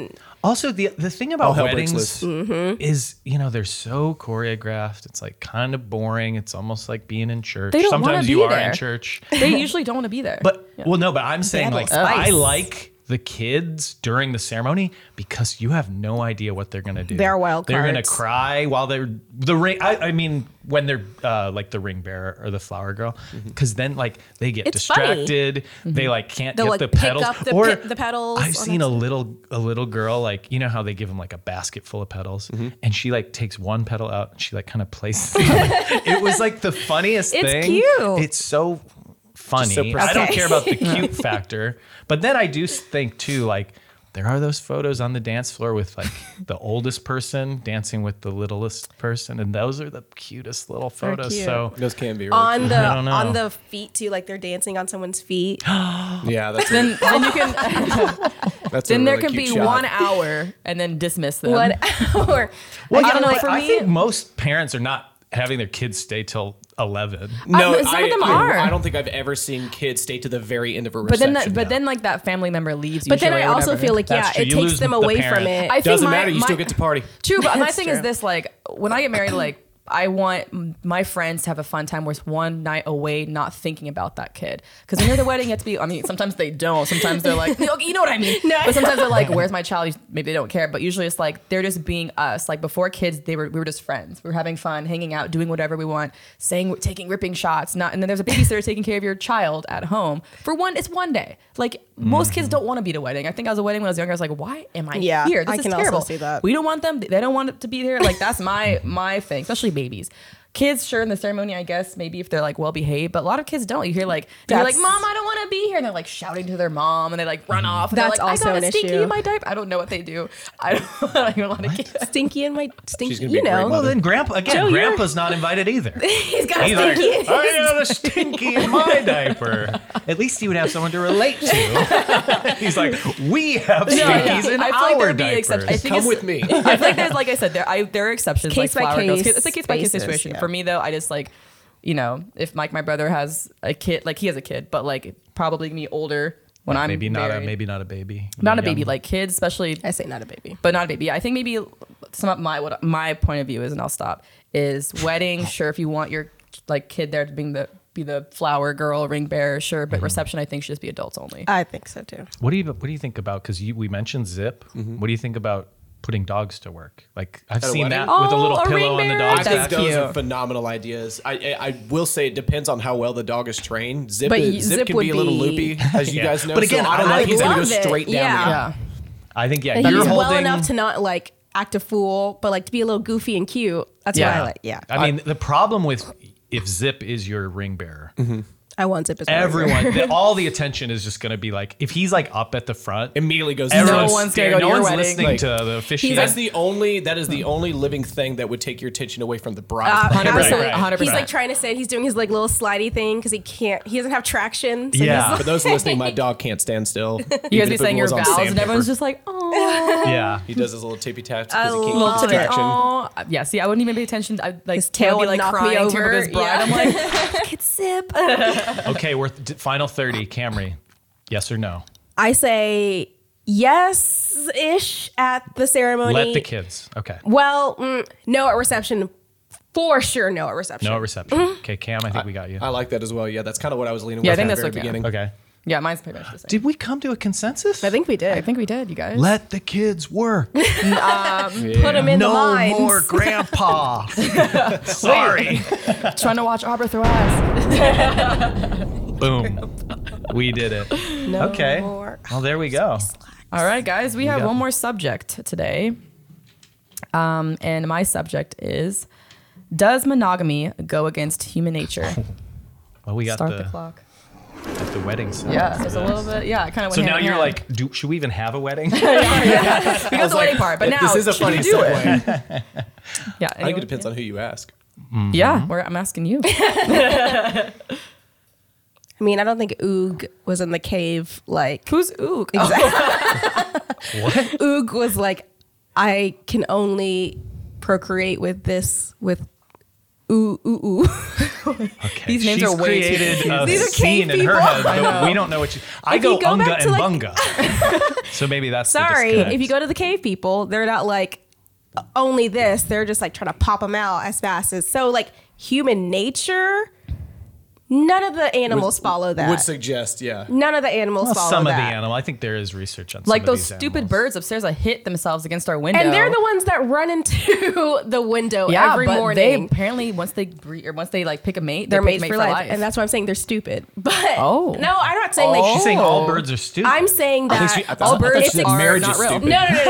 [SPEAKER 1] reception.
[SPEAKER 2] Also, the the thing
[SPEAKER 4] All
[SPEAKER 2] about
[SPEAKER 4] hell breaks
[SPEAKER 2] weddings
[SPEAKER 3] Mm-hmm.
[SPEAKER 2] is, you know, they're so choreographed. It's like kind of boring. It's almost like being in church.
[SPEAKER 3] They don't wanna
[SPEAKER 2] Sometimes you
[SPEAKER 3] be
[SPEAKER 2] are in
[SPEAKER 3] there.
[SPEAKER 2] church.
[SPEAKER 3] They usually don't want to be there.
[SPEAKER 2] But well, no, but I'm saying like
[SPEAKER 1] spice.
[SPEAKER 2] I like the kids during the ceremony because you have no idea what they're gonna do.
[SPEAKER 1] They're wild
[SPEAKER 2] They're gonna
[SPEAKER 1] cards.
[SPEAKER 2] cry while they're the ring. I, I mean, when they're uh, like the ring bearer or the flower girl, because then like they get
[SPEAKER 1] Mm-hmm. It's funny. Mm-hmm.
[SPEAKER 2] distracted. They like can't
[SPEAKER 1] They'll,
[SPEAKER 2] get
[SPEAKER 1] like,
[SPEAKER 2] the
[SPEAKER 1] pick
[SPEAKER 2] petals
[SPEAKER 1] up the
[SPEAKER 2] or
[SPEAKER 1] pe- the petals on
[SPEAKER 2] I've seen
[SPEAKER 1] that
[SPEAKER 2] a little a little girl like you know how they give them like a basket full of petals,
[SPEAKER 1] Mm-hmm.
[SPEAKER 2] and she like takes one petal out and she like kind of places. it on it.
[SPEAKER 1] [laughs]
[SPEAKER 2] It was like the funniest
[SPEAKER 1] It's
[SPEAKER 2] thing.
[SPEAKER 1] cute.
[SPEAKER 2] It's so funny.
[SPEAKER 4] so
[SPEAKER 2] I don't
[SPEAKER 1] Okay.
[SPEAKER 2] care about the cute factor, but then I do think too like there are those photos on the dance floor with like the oldest person dancing with the littlest person, and those are the cutest little photos.
[SPEAKER 1] cute.
[SPEAKER 2] So
[SPEAKER 4] Those can be really
[SPEAKER 1] on the
[SPEAKER 2] I don't know.
[SPEAKER 1] on the feet too, like they're dancing on someone's feet.
[SPEAKER 4] cool. Yeah, that's a,
[SPEAKER 3] Then, then you
[SPEAKER 2] [laughs]
[SPEAKER 3] can.
[SPEAKER 4] that's a
[SPEAKER 3] Then there
[SPEAKER 4] really
[SPEAKER 3] can be
[SPEAKER 4] cute shot.
[SPEAKER 3] one hour, and then dismiss
[SPEAKER 1] [laughs]
[SPEAKER 3] them.
[SPEAKER 1] What hour?
[SPEAKER 2] well,
[SPEAKER 1] I
[SPEAKER 2] yeah,
[SPEAKER 1] don't know.
[SPEAKER 2] but
[SPEAKER 1] For
[SPEAKER 2] I
[SPEAKER 1] me,
[SPEAKER 2] think most parents are not having their kids stay till eleven.
[SPEAKER 4] No,
[SPEAKER 3] Uh, some
[SPEAKER 4] I,
[SPEAKER 3] of them
[SPEAKER 4] I,
[SPEAKER 3] are.
[SPEAKER 4] I don't think I've ever seen kids stay to the very end of a
[SPEAKER 3] But
[SPEAKER 4] reception.
[SPEAKER 3] then, that, but then, like that family member leaves.
[SPEAKER 1] but then
[SPEAKER 3] usually
[SPEAKER 1] I
[SPEAKER 3] or
[SPEAKER 1] also
[SPEAKER 3] whatever.
[SPEAKER 1] feel like yeah,
[SPEAKER 2] That's true.
[SPEAKER 1] it
[SPEAKER 2] You
[SPEAKER 1] takes
[SPEAKER 2] lose
[SPEAKER 1] them
[SPEAKER 2] the
[SPEAKER 1] away
[SPEAKER 2] parent.
[SPEAKER 1] from it.
[SPEAKER 3] I think
[SPEAKER 4] doesn't
[SPEAKER 3] my-
[SPEAKER 4] matter. You
[SPEAKER 3] my-
[SPEAKER 4] still get to
[SPEAKER 3] [laughs]
[SPEAKER 4] party.
[SPEAKER 3] True, but my
[SPEAKER 1] That's
[SPEAKER 3] thing
[SPEAKER 1] true.
[SPEAKER 3] is this: like when I get married, like I want m- my friends to have a fun time with one night away, not thinking about that kid.
[SPEAKER 1] [laughs]
[SPEAKER 3] Because when they're at the wedding, you have to be. I mean, sometimes they don't. Sometimes they're like, "No, you know what I mean.
[SPEAKER 1] No.
[SPEAKER 3] But sometimes they're like, "Where's my child?" Maybe they don't care. But usually, it's like they're just being us. Like before kids, they were we were just friends. We were having fun, hanging out, doing whatever we want, saying taking ripping shots. Not and then there's
[SPEAKER 1] [laughs]
[SPEAKER 3] a babysitter taking care of your child at home for one. It's one day. Like most kids don't want to be at a wedding. I think I was at a wedding when I was younger. I was like, "Why am I
[SPEAKER 1] Mm-hmm. Yeah,
[SPEAKER 3] here? This
[SPEAKER 1] I
[SPEAKER 3] is
[SPEAKER 1] can also
[SPEAKER 3] terrible."
[SPEAKER 1] see that.
[SPEAKER 3] We don't want them. They don't want it to be there. Like
[SPEAKER 1] [laughs]
[SPEAKER 3] that's my my thing, especially babies. Kids, sure, in the ceremony, I guess maybe if they're like well behaved, but a lot of kids don't. You hear like they're like,
[SPEAKER 1] That's-
[SPEAKER 3] "Mom, I don't want to be here," and they're like shouting to their mom, and they like run off. And
[SPEAKER 1] That's
[SPEAKER 3] they're like,
[SPEAKER 1] also
[SPEAKER 3] I got
[SPEAKER 1] an
[SPEAKER 3] a stinky
[SPEAKER 1] issue.
[SPEAKER 3] in my diaper. I don't know what they do. I don't, [laughs] I don't want to get.
[SPEAKER 1] Stinky and my
[SPEAKER 4] She's
[SPEAKER 1] stinky,
[SPEAKER 4] gonna be
[SPEAKER 1] you
[SPEAKER 4] a great
[SPEAKER 1] know.
[SPEAKER 2] Well, then grandpa again.
[SPEAKER 1] Joe, you're-
[SPEAKER 2] grandpa's not invited either.
[SPEAKER 1] [laughs] He's got a
[SPEAKER 2] He's like,
[SPEAKER 1] stinky.
[SPEAKER 2] I got a stinky in my diaper. At least he would have someone to relate to. He's like, we have
[SPEAKER 3] No, yeah.
[SPEAKER 2] stinkies in
[SPEAKER 3] I feel like
[SPEAKER 2] our
[SPEAKER 3] there'd be
[SPEAKER 2] diapers.
[SPEAKER 3] except- I think
[SPEAKER 4] Come
[SPEAKER 3] it's-
[SPEAKER 4] with
[SPEAKER 3] [laughs]
[SPEAKER 4] me.
[SPEAKER 3] I feel
[SPEAKER 2] [laughs]
[SPEAKER 3] like there's like I said there I, there are exceptions
[SPEAKER 1] Case
[SPEAKER 3] like
[SPEAKER 1] by
[SPEAKER 3] flower girls.
[SPEAKER 1] case
[SPEAKER 3] It's a case by case
[SPEAKER 1] basis,
[SPEAKER 3] situation.
[SPEAKER 1] yeah.
[SPEAKER 3] For me though, I just like you know if Mike my brother has a kid like he has a kid, but like probably me older when I'm
[SPEAKER 2] maybe not
[SPEAKER 3] married.
[SPEAKER 2] a maybe not a baby. um,
[SPEAKER 3] not a
[SPEAKER 2] Young.
[SPEAKER 3] baby like kids especially
[SPEAKER 1] [laughs] I say not a baby.
[SPEAKER 3] but not a baby. I think maybe sum up my what my point of view is, and I'll stop. Is
[SPEAKER 1] [laughs]
[SPEAKER 3] wedding sure if you want your like kid there to be the be the flower girl ring bearer sure,
[SPEAKER 4] Mm-hmm.
[SPEAKER 3] but reception I think should just be adults only.
[SPEAKER 1] I think so too.
[SPEAKER 2] What do you what do you think about? Because we mentioned zip. What do you think about putting dogs to work? Like I've
[SPEAKER 4] a
[SPEAKER 2] seen
[SPEAKER 4] wedding?
[SPEAKER 2] that with a
[SPEAKER 3] Oh,
[SPEAKER 2] little
[SPEAKER 3] Mm-hmm. a
[SPEAKER 2] pillow
[SPEAKER 3] ring
[SPEAKER 2] on the
[SPEAKER 3] bearer.
[SPEAKER 2] dog's
[SPEAKER 4] I
[SPEAKER 3] That's
[SPEAKER 4] think
[SPEAKER 2] back.
[SPEAKER 4] those
[SPEAKER 3] cute.
[SPEAKER 4] are phenomenal ideas. I, I I will say it depends on how well the dog is trained. Zip,
[SPEAKER 3] But
[SPEAKER 4] is-
[SPEAKER 3] you-
[SPEAKER 4] zip,
[SPEAKER 3] Zip
[SPEAKER 4] can
[SPEAKER 3] would
[SPEAKER 4] be a little
[SPEAKER 3] be-
[SPEAKER 4] loopy, as you
[SPEAKER 2] Yeah.
[SPEAKER 4] guys know.
[SPEAKER 2] But again,
[SPEAKER 4] so I don't
[SPEAKER 2] I
[SPEAKER 4] think he's gonna go
[SPEAKER 1] love it.
[SPEAKER 4] straight down.
[SPEAKER 1] Yeah.
[SPEAKER 4] the-
[SPEAKER 3] yeah.
[SPEAKER 2] I think yeah,
[SPEAKER 1] And
[SPEAKER 2] you're
[SPEAKER 1] he's
[SPEAKER 2] holding.
[SPEAKER 1] well enough to not like act a fool, but like to be a little goofy and cute. That's what I like. Yeah.
[SPEAKER 2] I mean, the problem with if zip is your ring bearer,
[SPEAKER 3] Mm-hmm.
[SPEAKER 1] I want zip as well.
[SPEAKER 2] [laughs] everyone,
[SPEAKER 3] [laughs]
[SPEAKER 2] the, all the attention is just going to be like if he's like up at the front.
[SPEAKER 4] Immediately goes.
[SPEAKER 2] Everyone's
[SPEAKER 3] No one's
[SPEAKER 2] staring,
[SPEAKER 3] gonna go to
[SPEAKER 2] no
[SPEAKER 3] your
[SPEAKER 2] one's
[SPEAKER 3] wedding.
[SPEAKER 2] listening
[SPEAKER 4] Like,
[SPEAKER 2] to the officiant.
[SPEAKER 4] That's the only. That is the only living thing that would take your attention away from the
[SPEAKER 1] Uh,
[SPEAKER 4] bride.
[SPEAKER 3] Right,
[SPEAKER 1] absolutely.
[SPEAKER 2] right,
[SPEAKER 3] right.
[SPEAKER 1] He's like trying to say he's doing his like little slidey thing because he can't. He doesn't have traction. So [laughs]
[SPEAKER 2] Yeah.
[SPEAKER 1] He's
[SPEAKER 4] For
[SPEAKER 1] like,
[SPEAKER 4] those listening, my dog can't
[SPEAKER 3] [laughs]
[SPEAKER 4] stand still.
[SPEAKER 3] You guys
[SPEAKER 4] Even
[SPEAKER 3] be
[SPEAKER 4] if it
[SPEAKER 3] saying your
[SPEAKER 4] was on
[SPEAKER 3] vows, and
[SPEAKER 4] sandpaper.
[SPEAKER 3] everyone's
[SPEAKER 1] [laughs]
[SPEAKER 3] just like, oh,
[SPEAKER 2] yeah.
[SPEAKER 4] He does his little tippy taps
[SPEAKER 1] I
[SPEAKER 4] because he can't
[SPEAKER 1] love
[SPEAKER 4] get
[SPEAKER 1] it.
[SPEAKER 4] distraction.
[SPEAKER 3] oh, yeah. See, I wouldn't even pay attention. I like
[SPEAKER 1] His tail
[SPEAKER 3] would be
[SPEAKER 1] would
[SPEAKER 3] like
[SPEAKER 1] knock me
[SPEAKER 3] crying to
[SPEAKER 1] over.
[SPEAKER 3] his bride.
[SPEAKER 1] Yeah. [laughs]
[SPEAKER 3] I'm like,
[SPEAKER 1] "Look, it's zip.
[SPEAKER 2] Okay, we're th- final 30, Camry. Yes or no?
[SPEAKER 1] I say yes ish at the ceremony.
[SPEAKER 2] Let the kids. Okay.
[SPEAKER 1] Well, mm, no at reception. For sure, no at reception.
[SPEAKER 2] No reception.
[SPEAKER 3] Mm-hmm.
[SPEAKER 2] Okay, Cam, I think we got you.
[SPEAKER 4] I like that as well. Yeah, that's kind of what I was leaning.
[SPEAKER 3] Yeah, I
[SPEAKER 4] with
[SPEAKER 3] think
[SPEAKER 4] at
[SPEAKER 3] that's
[SPEAKER 4] the very
[SPEAKER 3] okay.
[SPEAKER 4] beginning.
[SPEAKER 2] Okay.
[SPEAKER 3] yeah, mine's pretty much the same.
[SPEAKER 2] Did we come to a consensus?
[SPEAKER 1] I think we did.
[SPEAKER 3] I think we did, you guys.
[SPEAKER 2] Let the kids work.
[SPEAKER 1] Put him [laughs] in the
[SPEAKER 2] no
[SPEAKER 1] mines.
[SPEAKER 2] more
[SPEAKER 1] [laughs]
[SPEAKER 2] grandpa. Sorry.
[SPEAKER 3] Trying to watch Aubrey throw ass.
[SPEAKER 2] Boom. We did it.
[SPEAKER 1] No
[SPEAKER 2] okay.
[SPEAKER 1] more.
[SPEAKER 2] Well, there we go.
[SPEAKER 3] All right, guys, we have
[SPEAKER 2] got
[SPEAKER 3] one
[SPEAKER 2] it.
[SPEAKER 3] more subject today. Um, and my subject is Does monogamy go against human nature?
[SPEAKER 2] Well, we got
[SPEAKER 3] Start the,
[SPEAKER 2] the,
[SPEAKER 3] clock.
[SPEAKER 2] the, wedding side.
[SPEAKER 3] Yeah,
[SPEAKER 2] for
[SPEAKER 3] there's a
[SPEAKER 2] this.
[SPEAKER 3] little bit. Yeah, kind of.
[SPEAKER 2] So now you're like, do, should we even have
[SPEAKER 1] [laughs]
[SPEAKER 2] a wedding?
[SPEAKER 3] we got the wedding part, but now
[SPEAKER 4] this is a
[SPEAKER 3] should
[SPEAKER 4] funny
[SPEAKER 3] you do it?
[SPEAKER 4] segue.
[SPEAKER 3] [laughs] Yeah,
[SPEAKER 4] I think it depends on who you ask.
[SPEAKER 3] Yeah, where I'm asking you.
[SPEAKER 1] I mean, I don't think Oog was in the cave.
[SPEAKER 2] [laughs]
[SPEAKER 1] Like
[SPEAKER 3] Who's Ook?
[SPEAKER 2] Oh. what?
[SPEAKER 1] Oog was like, I can only procreate with this with ooh ooh ooh. [laughs]
[SPEAKER 2] Okay.
[SPEAKER 3] These names
[SPEAKER 2] She's
[SPEAKER 3] are way too
[SPEAKER 2] created a
[SPEAKER 1] These are cave
[SPEAKER 2] scene in her
[SPEAKER 1] people.
[SPEAKER 2] head, but we don't know what she. I
[SPEAKER 1] If
[SPEAKER 2] go
[SPEAKER 1] you go
[SPEAKER 2] unga
[SPEAKER 1] back to,
[SPEAKER 2] and
[SPEAKER 1] like-
[SPEAKER 2] bunga.
[SPEAKER 1] [laughs]
[SPEAKER 2] so maybe that's the
[SPEAKER 1] Sorry,
[SPEAKER 2] disconnect.
[SPEAKER 1] if you go to the cave people, they're not like only this. They're just like trying to pop them out as fast as so. Like human nature, None of the animals follow that.
[SPEAKER 4] Would suggest, yeah.
[SPEAKER 1] None of the animals
[SPEAKER 2] Well,
[SPEAKER 1] follow
[SPEAKER 2] some
[SPEAKER 1] that.
[SPEAKER 2] of the animal. I think there is research on some
[SPEAKER 3] Like
[SPEAKER 2] of
[SPEAKER 3] those
[SPEAKER 2] these
[SPEAKER 3] stupid
[SPEAKER 2] animals.
[SPEAKER 3] birds upstairs that hit themselves against our window.
[SPEAKER 1] and they're the ones that run into [laughs] the window
[SPEAKER 3] yeah,
[SPEAKER 1] every
[SPEAKER 3] but
[SPEAKER 1] morning.
[SPEAKER 3] They apparently once they breed or once they like pick a mate,
[SPEAKER 1] they're
[SPEAKER 3] they're
[SPEAKER 1] made
[SPEAKER 3] picked
[SPEAKER 1] for life. and that's why I'm saying they're stupid. [laughs] But
[SPEAKER 3] Oh.
[SPEAKER 1] no, I'm not saying
[SPEAKER 3] Oh.
[SPEAKER 1] they.
[SPEAKER 2] She's
[SPEAKER 1] Should.
[SPEAKER 2] saying all
[SPEAKER 3] Oh.
[SPEAKER 2] birds are stupid.
[SPEAKER 1] I'm saying
[SPEAKER 4] I
[SPEAKER 1] that
[SPEAKER 4] think she- I thought-
[SPEAKER 1] all
[SPEAKER 4] I thought
[SPEAKER 1] birds
[SPEAKER 4] she said
[SPEAKER 1] are
[SPEAKER 4] marriage
[SPEAKER 1] not
[SPEAKER 4] is
[SPEAKER 1] real.
[SPEAKER 4] stupid.
[SPEAKER 1] No, no, no,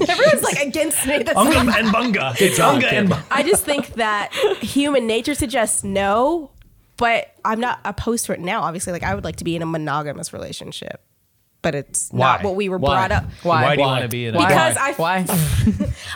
[SPEAKER 1] no.
[SPEAKER 2] [laughs]
[SPEAKER 1] Everyone's like against me. That's
[SPEAKER 2] Unga and [laughs] bunga. It's
[SPEAKER 4] on
[SPEAKER 2] unga and
[SPEAKER 4] camera.
[SPEAKER 2] bunga.
[SPEAKER 1] I just think that human nature suggests no, but I'm not opposed to it now. Obviously, like I would like to be in a monogamous relationship, but it's
[SPEAKER 2] Why?
[SPEAKER 1] not what we were
[SPEAKER 4] Why?
[SPEAKER 1] brought up.
[SPEAKER 3] Why?
[SPEAKER 2] Why do you
[SPEAKER 4] Why?
[SPEAKER 2] want to be in?
[SPEAKER 3] Why?
[SPEAKER 2] A,
[SPEAKER 1] Because I-
[SPEAKER 3] why?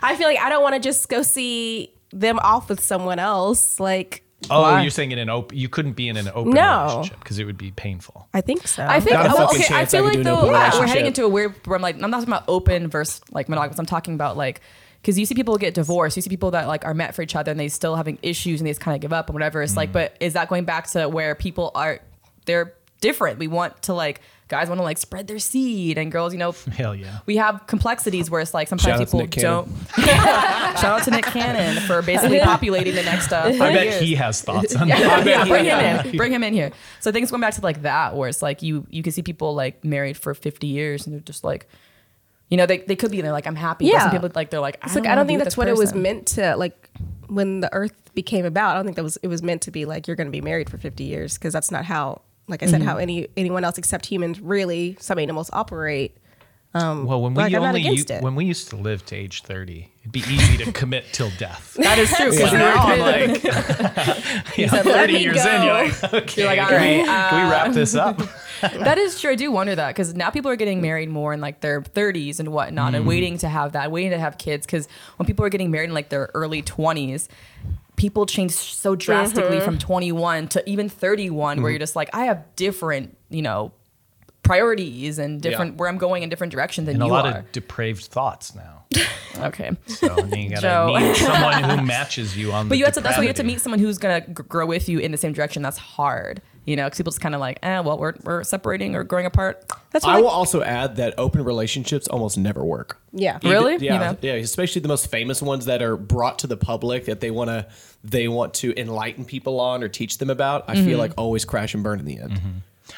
[SPEAKER 1] I feel like I don't want to just go see them off with someone else. Like
[SPEAKER 2] oh,
[SPEAKER 3] Why?
[SPEAKER 2] you're saying in an open. You couldn't be in an open
[SPEAKER 1] No.
[SPEAKER 2] relationship because it would be painful.
[SPEAKER 1] I think so.
[SPEAKER 3] I think
[SPEAKER 4] Not a
[SPEAKER 3] well,
[SPEAKER 4] fucking
[SPEAKER 3] okay. I
[SPEAKER 4] chance I
[SPEAKER 3] feel
[SPEAKER 4] could
[SPEAKER 3] like
[SPEAKER 4] do an
[SPEAKER 3] though
[SPEAKER 4] open
[SPEAKER 3] yeah, we're
[SPEAKER 4] relationship.
[SPEAKER 3] heading into a weird where I'm like I'm not talking about open versus like monogamous. I'm talking about like because you see people get divorced. You see people that like are met for each other and they still having issues and they just kind of give up and whatever. It's
[SPEAKER 4] Mm.
[SPEAKER 3] like, but is that going back to where people are? They're different. We want to like guys want to like spread their seed and girls, you
[SPEAKER 4] [laughs]
[SPEAKER 3] know.
[SPEAKER 2] Hell yeah.
[SPEAKER 3] We have complexities where it's like
[SPEAKER 4] Shout
[SPEAKER 3] sometimes
[SPEAKER 4] out to
[SPEAKER 3] people
[SPEAKER 4] Nick Cannon.
[SPEAKER 3] don't.
[SPEAKER 4] [laughs]
[SPEAKER 3] Shout out to Nick Cannon for basically populating the next uh,
[SPEAKER 2] I
[SPEAKER 3] five
[SPEAKER 2] bet
[SPEAKER 3] years
[SPEAKER 2] he has thoughts
[SPEAKER 3] [laughs]
[SPEAKER 2] on [laughs] that.
[SPEAKER 3] yeah, yeah, bring
[SPEAKER 4] yeah.
[SPEAKER 3] him in. Bring him in here. So things going back to like that, where it's like you you can see people like married for fifty years and they're just like, you know, they, they could be and they're like I'm happy. But
[SPEAKER 1] Yeah.
[SPEAKER 3] some people like they're like I
[SPEAKER 1] It's
[SPEAKER 3] don't,
[SPEAKER 1] like I don't
[SPEAKER 3] wanna be
[SPEAKER 1] think
[SPEAKER 3] with
[SPEAKER 1] that's
[SPEAKER 3] this
[SPEAKER 1] what it was
[SPEAKER 3] person.
[SPEAKER 1] meant to like when the earth became about. I don't think that was it was meant to be like you're going to be married for 50 years because that's not how like I said
[SPEAKER 3] Mm-hmm.
[SPEAKER 1] how any anyone else except humans really some animals operate.
[SPEAKER 2] Well, when we
[SPEAKER 1] Like, I'm not
[SPEAKER 2] only u-
[SPEAKER 1] against it.
[SPEAKER 2] when we used to live to age thirty, it'd be easy to commit till death.
[SPEAKER 3] [laughs] That is true. Because
[SPEAKER 2] Now I'm
[SPEAKER 3] you're like,
[SPEAKER 2] like, yeah,
[SPEAKER 1] said, "Let
[SPEAKER 2] thirty
[SPEAKER 1] me
[SPEAKER 2] years in,
[SPEAKER 1] go."
[SPEAKER 3] [laughs]
[SPEAKER 2] you're like, okay,
[SPEAKER 3] like, all
[SPEAKER 2] can, we,
[SPEAKER 3] right, um,
[SPEAKER 2] can we wrap this up?
[SPEAKER 3] that is true. I do wonder that because now people are getting married more in like their 30s and whatnot,
[SPEAKER 2] Mm.
[SPEAKER 3] and waiting to have that, waiting to have kids. Because when people are getting married in like their early 20s, people change so drastically from 21 to even 31,
[SPEAKER 2] Mm-hmm.
[SPEAKER 3] where you're just like, I have different, you know, priorities and different where I'm going in different direction than
[SPEAKER 2] And a
[SPEAKER 3] you
[SPEAKER 2] lot
[SPEAKER 3] are.
[SPEAKER 2] of deprived thoughts now.
[SPEAKER 3] okay.
[SPEAKER 2] So and
[SPEAKER 3] [laughs]
[SPEAKER 2] then you gotta
[SPEAKER 3] Joe.
[SPEAKER 2] meet someone
[SPEAKER 3] [laughs]
[SPEAKER 2] who matches you on.
[SPEAKER 3] But
[SPEAKER 2] the
[SPEAKER 3] you have to, that's why you have to
[SPEAKER 2] depravity.
[SPEAKER 3] meet someone who's going to g- grow with you in the same direction. That's hard, you know, because people just kind of like, eh, well, we're, we're separating or growing apart.
[SPEAKER 1] That's
[SPEAKER 4] I
[SPEAKER 1] why
[SPEAKER 4] will also add that open relationships almost never work.
[SPEAKER 1] yeah.
[SPEAKER 3] Really?
[SPEAKER 4] Yeah,
[SPEAKER 3] You know?
[SPEAKER 4] yeah, especially the most famous ones that are brought to the public that they want to they want to enlighten people on or teach them about. I feel like always crash and burn in the end. Mm-hmm.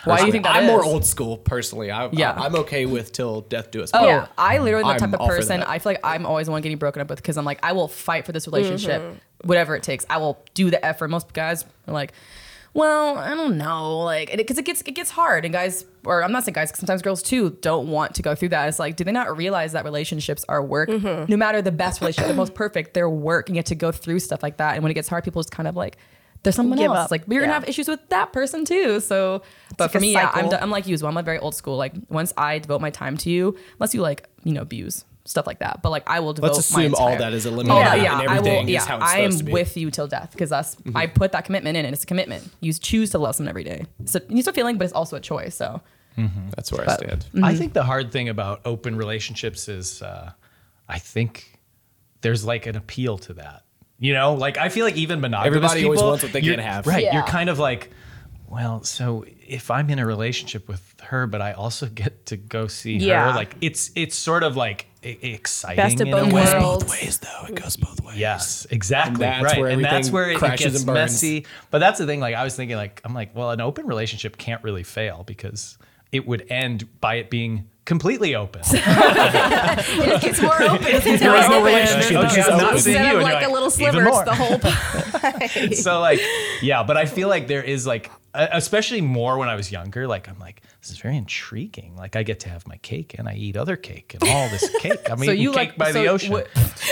[SPEAKER 3] Why do you think that
[SPEAKER 4] I'm more
[SPEAKER 3] is?
[SPEAKER 4] old school personally. I,
[SPEAKER 3] Yeah.
[SPEAKER 4] I, am okay with till death do us
[SPEAKER 3] Oh,
[SPEAKER 4] part.
[SPEAKER 3] I literally the
[SPEAKER 4] I'm
[SPEAKER 3] type of
[SPEAKER 4] all for
[SPEAKER 3] person.
[SPEAKER 4] that.
[SPEAKER 3] I feel like I'm always the one getting broken up with because I'm like, I will fight for this relationship,
[SPEAKER 1] Mm-hmm.
[SPEAKER 3] whatever it takes. I will do the effort. Most guys are like, well, I don't know, like, because it, gets it gets hard, and guys, or I'm not saying guys, 'cause sometimes girls too don't want to go through that. It's like, do they not realize that relationships are work?
[SPEAKER 1] Mm-hmm.
[SPEAKER 3] No matter the best relationship, the most perfect, they're work, and you have to go through stuff like that. And when it gets hard, people just kind of like. There's someone
[SPEAKER 1] Give
[SPEAKER 3] else.
[SPEAKER 1] up.
[SPEAKER 3] Like we're gonna
[SPEAKER 1] Yeah.
[SPEAKER 3] have issues with that person too. So, but
[SPEAKER 1] like
[SPEAKER 3] for
[SPEAKER 1] a
[SPEAKER 3] me, yeah, I'm,
[SPEAKER 1] cycle.
[SPEAKER 3] d- I'm like you as well. I'm like very old school. Like once I devote my time to you, unless you like you know abuse stuff like that, but like I will devote.
[SPEAKER 4] Let's
[SPEAKER 3] my
[SPEAKER 4] assume all
[SPEAKER 3] entire-
[SPEAKER 4] that is eliminated
[SPEAKER 3] All that-
[SPEAKER 4] and
[SPEAKER 3] yeah, I
[SPEAKER 4] everything
[SPEAKER 3] will.
[SPEAKER 4] is
[SPEAKER 3] Yeah,
[SPEAKER 4] how it's
[SPEAKER 3] I am
[SPEAKER 4] supposed to be. Mm-hmm.
[SPEAKER 3] with you till death because that's I put that commitment in, and it's a commitment. You choose to love someone every day. So it's a feeling, but it's also a choice. So
[SPEAKER 4] That's where I stand.
[SPEAKER 1] Mm-hmm.
[SPEAKER 2] I think the hard thing about open relationships is, uh, I think there's like an appeal to that. You know, like I feel like even monogamous
[SPEAKER 4] Everybody always
[SPEAKER 2] people,
[SPEAKER 4] wants what they
[SPEAKER 2] you're-
[SPEAKER 4] can't have.
[SPEAKER 2] Right?
[SPEAKER 1] Yeah.
[SPEAKER 2] You're kind of like, well, so if I'm in a relationship with her, but I also get to go see
[SPEAKER 1] Yeah.
[SPEAKER 2] her, like it's it's sort of like e- exciting
[SPEAKER 1] Best of
[SPEAKER 2] in a
[SPEAKER 1] both
[SPEAKER 2] way.
[SPEAKER 1] worlds.
[SPEAKER 4] ways though, it goes both ways.
[SPEAKER 2] Yes, exactly.
[SPEAKER 4] That's
[SPEAKER 2] right.
[SPEAKER 4] where
[SPEAKER 2] and that's
[SPEAKER 4] everything
[SPEAKER 2] where it, it
[SPEAKER 4] crashes
[SPEAKER 2] gets
[SPEAKER 4] and burns.
[SPEAKER 2] messy. But that's the thing. Like I was thinking, like I'm like, well, an open relationship can't really fail because it would end by it being
[SPEAKER 1] [laughs]
[SPEAKER 2] completely open.
[SPEAKER 1] it gets more open. It gets
[SPEAKER 4] There
[SPEAKER 1] more
[SPEAKER 4] is no
[SPEAKER 1] open.
[SPEAKER 4] relationship.
[SPEAKER 2] Okay,
[SPEAKER 4] It's just
[SPEAKER 2] I'm
[SPEAKER 4] open.
[SPEAKER 2] not
[SPEAKER 1] Instead
[SPEAKER 2] seeing you,
[SPEAKER 1] of
[SPEAKER 2] and you're
[SPEAKER 1] like a little
[SPEAKER 2] "Even
[SPEAKER 1] sliver, it's
[SPEAKER 2] more."
[SPEAKER 1] the
[SPEAKER 2] [laughs]
[SPEAKER 1] whole pie.
[SPEAKER 2] so like yeah but i feel like there is like uh, especially more when i was younger like i'm like this is very intriguing like i get to have my cake and i eat other cake and all
[SPEAKER 1] [laughs]
[SPEAKER 2] this cake i'm
[SPEAKER 3] so
[SPEAKER 2] eating
[SPEAKER 3] you
[SPEAKER 2] cake
[SPEAKER 3] like
[SPEAKER 2] by the
[SPEAKER 3] so
[SPEAKER 2] ocean
[SPEAKER 3] what-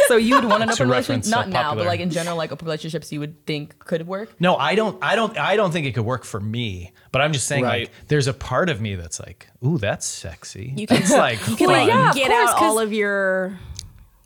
[SPEAKER 3] so you would
[SPEAKER 4] [laughs]
[SPEAKER 3] want an open
[SPEAKER 2] reference
[SPEAKER 3] relationship,
[SPEAKER 2] so
[SPEAKER 3] not now, but
[SPEAKER 2] popular.
[SPEAKER 3] like in general, like open relationships you would think could work.
[SPEAKER 2] no i don't i don't i don't think it could work for me but i'm just saying
[SPEAKER 4] Right.
[SPEAKER 2] like there's a part of me that's like ooh that's sexy you
[SPEAKER 1] can-
[SPEAKER 2] it's like
[SPEAKER 1] Like,
[SPEAKER 2] fun,
[SPEAKER 3] yeah, of
[SPEAKER 1] get
[SPEAKER 3] course,
[SPEAKER 1] out
[SPEAKER 3] 'cause-
[SPEAKER 1] all of your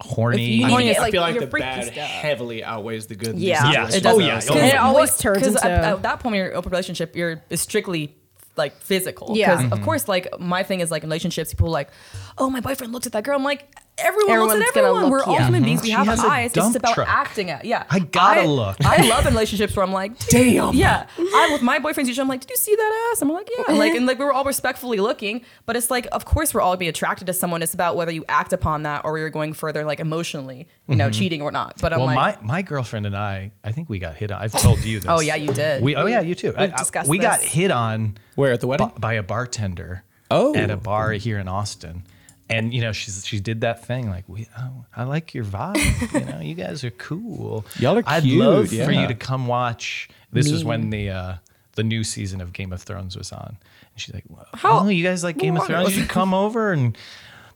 [SPEAKER 2] horny
[SPEAKER 1] you
[SPEAKER 2] I
[SPEAKER 1] need
[SPEAKER 2] mean,
[SPEAKER 1] to get
[SPEAKER 4] I
[SPEAKER 1] like
[SPEAKER 4] feel like
[SPEAKER 1] your
[SPEAKER 4] the
[SPEAKER 1] freaky
[SPEAKER 4] bad
[SPEAKER 1] stuff.
[SPEAKER 4] heavily outweighs the good. in
[SPEAKER 1] Yeah.
[SPEAKER 4] these
[SPEAKER 1] Yeah,
[SPEAKER 2] it
[SPEAKER 4] situations.
[SPEAKER 2] does.
[SPEAKER 4] Oh,
[SPEAKER 2] yeah,
[SPEAKER 4] yeah.
[SPEAKER 2] it
[SPEAKER 1] And it
[SPEAKER 2] Well,
[SPEAKER 1] always turns
[SPEAKER 3] 'cause
[SPEAKER 1] into
[SPEAKER 3] at, at that point when you're in an open relationship, you're is strictly like physical.
[SPEAKER 1] Yeah.
[SPEAKER 2] Mm-hmm.
[SPEAKER 3] Because of course, like my thing is like in relationships, people are like, oh, my boyfriend looked at that girl. I'm like, everyone looks
[SPEAKER 1] Everyone's
[SPEAKER 3] at
[SPEAKER 1] gonna
[SPEAKER 3] everyone.
[SPEAKER 1] look,
[SPEAKER 3] We're all
[SPEAKER 1] yeah.
[SPEAKER 3] human beings. We
[SPEAKER 2] Mm-hmm. She
[SPEAKER 3] have
[SPEAKER 2] has a
[SPEAKER 3] eyes. It's
[SPEAKER 2] dump
[SPEAKER 3] just about
[SPEAKER 2] truck.
[SPEAKER 3] acting it. Yeah.
[SPEAKER 2] I gotta look.
[SPEAKER 3] I love relationships where
[SPEAKER 2] [laughs]
[SPEAKER 3] I'm like,
[SPEAKER 4] Damn.
[SPEAKER 3] Yeah. I with my boyfriends usually I'm like, did you see that ass? I'm like, yeah. Like and like we were all respectfully looking, but it's like, of course we're all be attracted to someone. It's about whether you act upon that or you're going further like emotionally, you know, cheating or not. But I'm
[SPEAKER 2] Mm-hmm. Well,
[SPEAKER 3] like,
[SPEAKER 2] my, my girlfriend and I, I think we got hit on. I've told you this.
[SPEAKER 3] Oh, yeah, you did.
[SPEAKER 2] We, oh, yeah, you too. I- I-
[SPEAKER 3] discussed
[SPEAKER 2] we got
[SPEAKER 3] this.
[SPEAKER 2] hit on
[SPEAKER 4] Where at the wedding?
[SPEAKER 2] bu- by a bartender
[SPEAKER 4] Oh.
[SPEAKER 2] at a bar here in Austin. And you know she's she did that thing like we oh, I like your vibe you know you guys are cool
[SPEAKER 4] [laughs] Y'all are
[SPEAKER 2] I'd
[SPEAKER 4] cute,
[SPEAKER 2] love for
[SPEAKER 4] yeah.
[SPEAKER 2] you to come watch this was when the uh, the new season of Game of Thrones was on and she's like well,
[SPEAKER 3] How-
[SPEAKER 2] oh you guys like Game of
[SPEAKER 3] What?
[SPEAKER 2] Thrones
[SPEAKER 1] [laughs]
[SPEAKER 2] you should come over and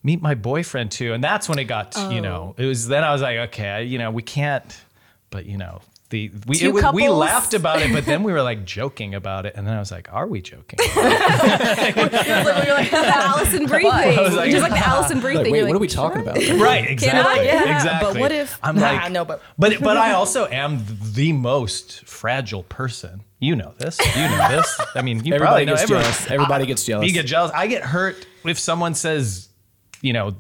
[SPEAKER 2] meet my boyfriend too and that's when it got
[SPEAKER 1] Oh.
[SPEAKER 2] you know it was then I was like okay I- you know we can't but you know the we
[SPEAKER 1] Two
[SPEAKER 2] it was- we
[SPEAKER 1] couples?
[SPEAKER 2] laughed about it but then we were like joking about it and then I was like are we joking
[SPEAKER 1] You're like the [laughs] Allison Brie thing.
[SPEAKER 2] was like-
[SPEAKER 1] Just like the Allison Brie
[SPEAKER 4] Like,
[SPEAKER 1] thing.
[SPEAKER 4] wait,
[SPEAKER 1] You're
[SPEAKER 4] what are
[SPEAKER 1] like,
[SPEAKER 4] we talking about?
[SPEAKER 2] [laughs] right exactly
[SPEAKER 3] Yeah, but
[SPEAKER 2] exactly
[SPEAKER 3] what if-
[SPEAKER 2] i'm
[SPEAKER 3] Nah,
[SPEAKER 2] like
[SPEAKER 3] I know, but-
[SPEAKER 2] but but i also am the most fragile person you know this you know this i mean you probably
[SPEAKER 4] Everybody
[SPEAKER 2] know
[SPEAKER 4] gets
[SPEAKER 2] everyone.
[SPEAKER 4] jealous. Everybody
[SPEAKER 2] I-
[SPEAKER 4] gets
[SPEAKER 2] [laughs]
[SPEAKER 4] jealous.
[SPEAKER 2] you get jealous i get hurt if someone says you know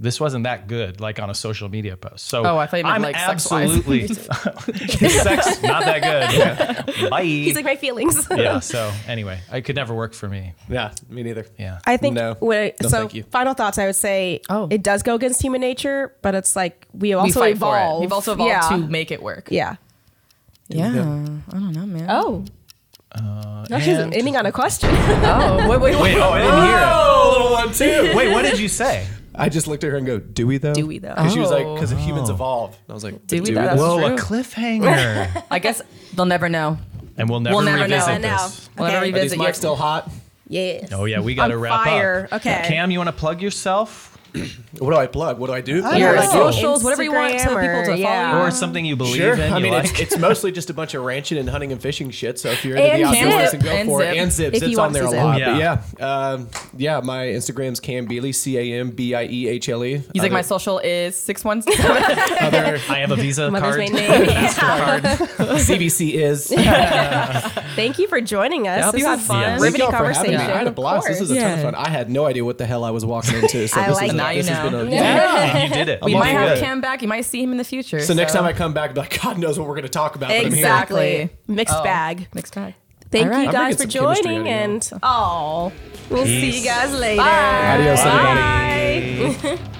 [SPEAKER 2] this wasn't that good, like on a social media post. So
[SPEAKER 3] Oh, I thought you meant,
[SPEAKER 2] I'm
[SPEAKER 3] like, sex-wise. [laughs]
[SPEAKER 2] absolutely [laughs] sex not that good. Yeah. Bye.
[SPEAKER 1] He's like my feelings.
[SPEAKER 2] yeah. So anyway, it could never work for me.
[SPEAKER 4] Yeah, me neither.
[SPEAKER 2] Yeah.
[SPEAKER 1] I think
[SPEAKER 4] No.
[SPEAKER 1] when I-
[SPEAKER 4] No,
[SPEAKER 1] so.
[SPEAKER 4] thank you.
[SPEAKER 1] Final thoughts. I would say
[SPEAKER 3] Oh.
[SPEAKER 1] it does go against human nature, but it's like we
[SPEAKER 3] we
[SPEAKER 1] also
[SPEAKER 3] fight
[SPEAKER 1] evolve.
[SPEAKER 3] for it. We've also evolved
[SPEAKER 1] yeah.
[SPEAKER 3] to make it work.
[SPEAKER 1] yeah.
[SPEAKER 3] Yeah. I don't know, man.
[SPEAKER 1] Oh. no, she's
[SPEAKER 2] and-
[SPEAKER 1] ending on a
[SPEAKER 4] [laughs]
[SPEAKER 1] question. [laughs]
[SPEAKER 3] Oh, wait, wait, wait.
[SPEAKER 2] Wait. Oh, I didn't hear
[SPEAKER 4] Oh, little one
[SPEAKER 2] [laughs]
[SPEAKER 4] too.
[SPEAKER 2] it. Wait. What did you say?
[SPEAKER 4] I just looked at her and go, "Do we though?
[SPEAKER 3] Do we, though?
[SPEAKER 4] Because she was like,
[SPEAKER 3] Oh.
[SPEAKER 4] "Because humans evolve." And I was like,
[SPEAKER 3] Do we though? That's
[SPEAKER 2] Whoa, a
[SPEAKER 3] true.
[SPEAKER 2] cliffhanger.
[SPEAKER 3] I guess they'll never know.
[SPEAKER 2] [laughs] and we'll never
[SPEAKER 3] We'll never
[SPEAKER 2] revisit
[SPEAKER 1] know.
[SPEAKER 2] this.
[SPEAKER 3] We'll never
[SPEAKER 1] Okay.
[SPEAKER 4] Are these
[SPEAKER 3] revisit
[SPEAKER 4] mics
[SPEAKER 3] your-
[SPEAKER 4] still hot?
[SPEAKER 1] yes.
[SPEAKER 2] Oh yeah, we got to
[SPEAKER 1] On
[SPEAKER 2] wrap
[SPEAKER 1] fire.
[SPEAKER 2] up.
[SPEAKER 1] Okay.
[SPEAKER 2] Cam, you want to plug yourself
[SPEAKER 4] What do I plug? What do I do?
[SPEAKER 2] don't
[SPEAKER 3] Your
[SPEAKER 2] know.
[SPEAKER 1] Like
[SPEAKER 3] socials, whatever you want, so
[SPEAKER 1] Instagram
[SPEAKER 3] people to
[SPEAKER 1] or- yeah.
[SPEAKER 3] follow you.
[SPEAKER 2] or something you believe
[SPEAKER 4] Sure.
[SPEAKER 2] in?
[SPEAKER 4] I
[SPEAKER 2] you
[SPEAKER 4] mean,
[SPEAKER 2] like?
[SPEAKER 4] it's, it's mostly just a bunch of ranching and hunting and fishing shit. So if you're into
[SPEAKER 1] And
[SPEAKER 4] the outdoors,
[SPEAKER 1] Zip.
[SPEAKER 4] and go
[SPEAKER 3] And
[SPEAKER 4] for
[SPEAKER 3] Zip.
[SPEAKER 4] it. And zips,
[SPEAKER 1] If you
[SPEAKER 4] it's
[SPEAKER 1] want
[SPEAKER 4] on there a
[SPEAKER 1] to Zip.
[SPEAKER 4] lot.
[SPEAKER 2] Yeah.
[SPEAKER 4] But yeah, um, yeah. My Instagram's Cam Beasley, C A M B I E H L E.
[SPEAKER 3] He's like, my social is 617.
[SPEAKER 2] [laughs] I have a Visa
[SPEAKER 1] Mother's
[SPEAKER 2] card. [laughs]
[SPEAKER 1] maiden name.
[SPEAKER 4] [laughs]
[SPEAKER 2] Mastercard.
[SPEAKER 4] CBC is.
[SPEAKER 1] Thank you for joining us.
[SPEAKER 3] hope
[SPEAKER 1] this
[SPEAKER 3] you had
[SPEAKER 1] is
[SPEAKER 3] fun.
[SPEAKER 2] Yes.
[SPEAKER 1] Riveting
[SPEAKER 4] Thank y'all for having me.
[SPEAKER 1] conversation.
[SPEAKER 4] I had a
[SPEAKER 1] Of
[SPEAKER 4] blast. This
[SPEAKER 1] course.
[SPEAKER 4] was a ton of
[SPEAKER 3] Yeah.
[SPEAKER 4] fun. I had no idea what the hell I was walking into.
[SPEAKER 1] [laughs]
[SPEAKER 4] So
[SPEAKER 1] I like
[SPEAKER 4] this,
[SPEAKER 1] that.
[SPEAKER 4] is, this
[SPEAKER 3] Now you
[SPEAKER 4] has been a,
[SPEAKER 3] know.
[SPEAKER 2] Yeah, you did it.
[SPEAKER 3] [laughs]
[SPEAKER 4] We
[SPEAKER 3] we
[SPEAKER 4] I'm all
[SPEAKER 3] might have
[SPEAKER 4] good.
[SPEAKER 3] Cam back. You might see him in the future.
[SPEAKER 4] So next time I come back, like God knows what we're going to talk about. But I'm here.
[SPEAKER 1] Exactly.
[SPEAKER 3] Exactly.
[SPEAKER 1] Mixed
[SPEAKER 3] Oh.
[SPEAKER 1] bag.
[SPEAKER 3] Next time.
[SPEAKER 1] Thank
[SPEAKER 3] All right.
[SPEAKER 1] you
[SPEAKER 3] I'm
[SPEAKER 1] guys for
[SPEAKER 4] bringing some chemistry
[SPEAKER 1] joining,
[SPEAKER 4] out
[SPEAKER 1] and oh, we'll see you
[SPEAKER 2] Peace.
[SPEAKER 1] guys later.
[SPEAKER 4] Adios,
[SPEAKER 1] Bye.
[SPEAKER 4] everybody.
[SPEAKER 2] Bye.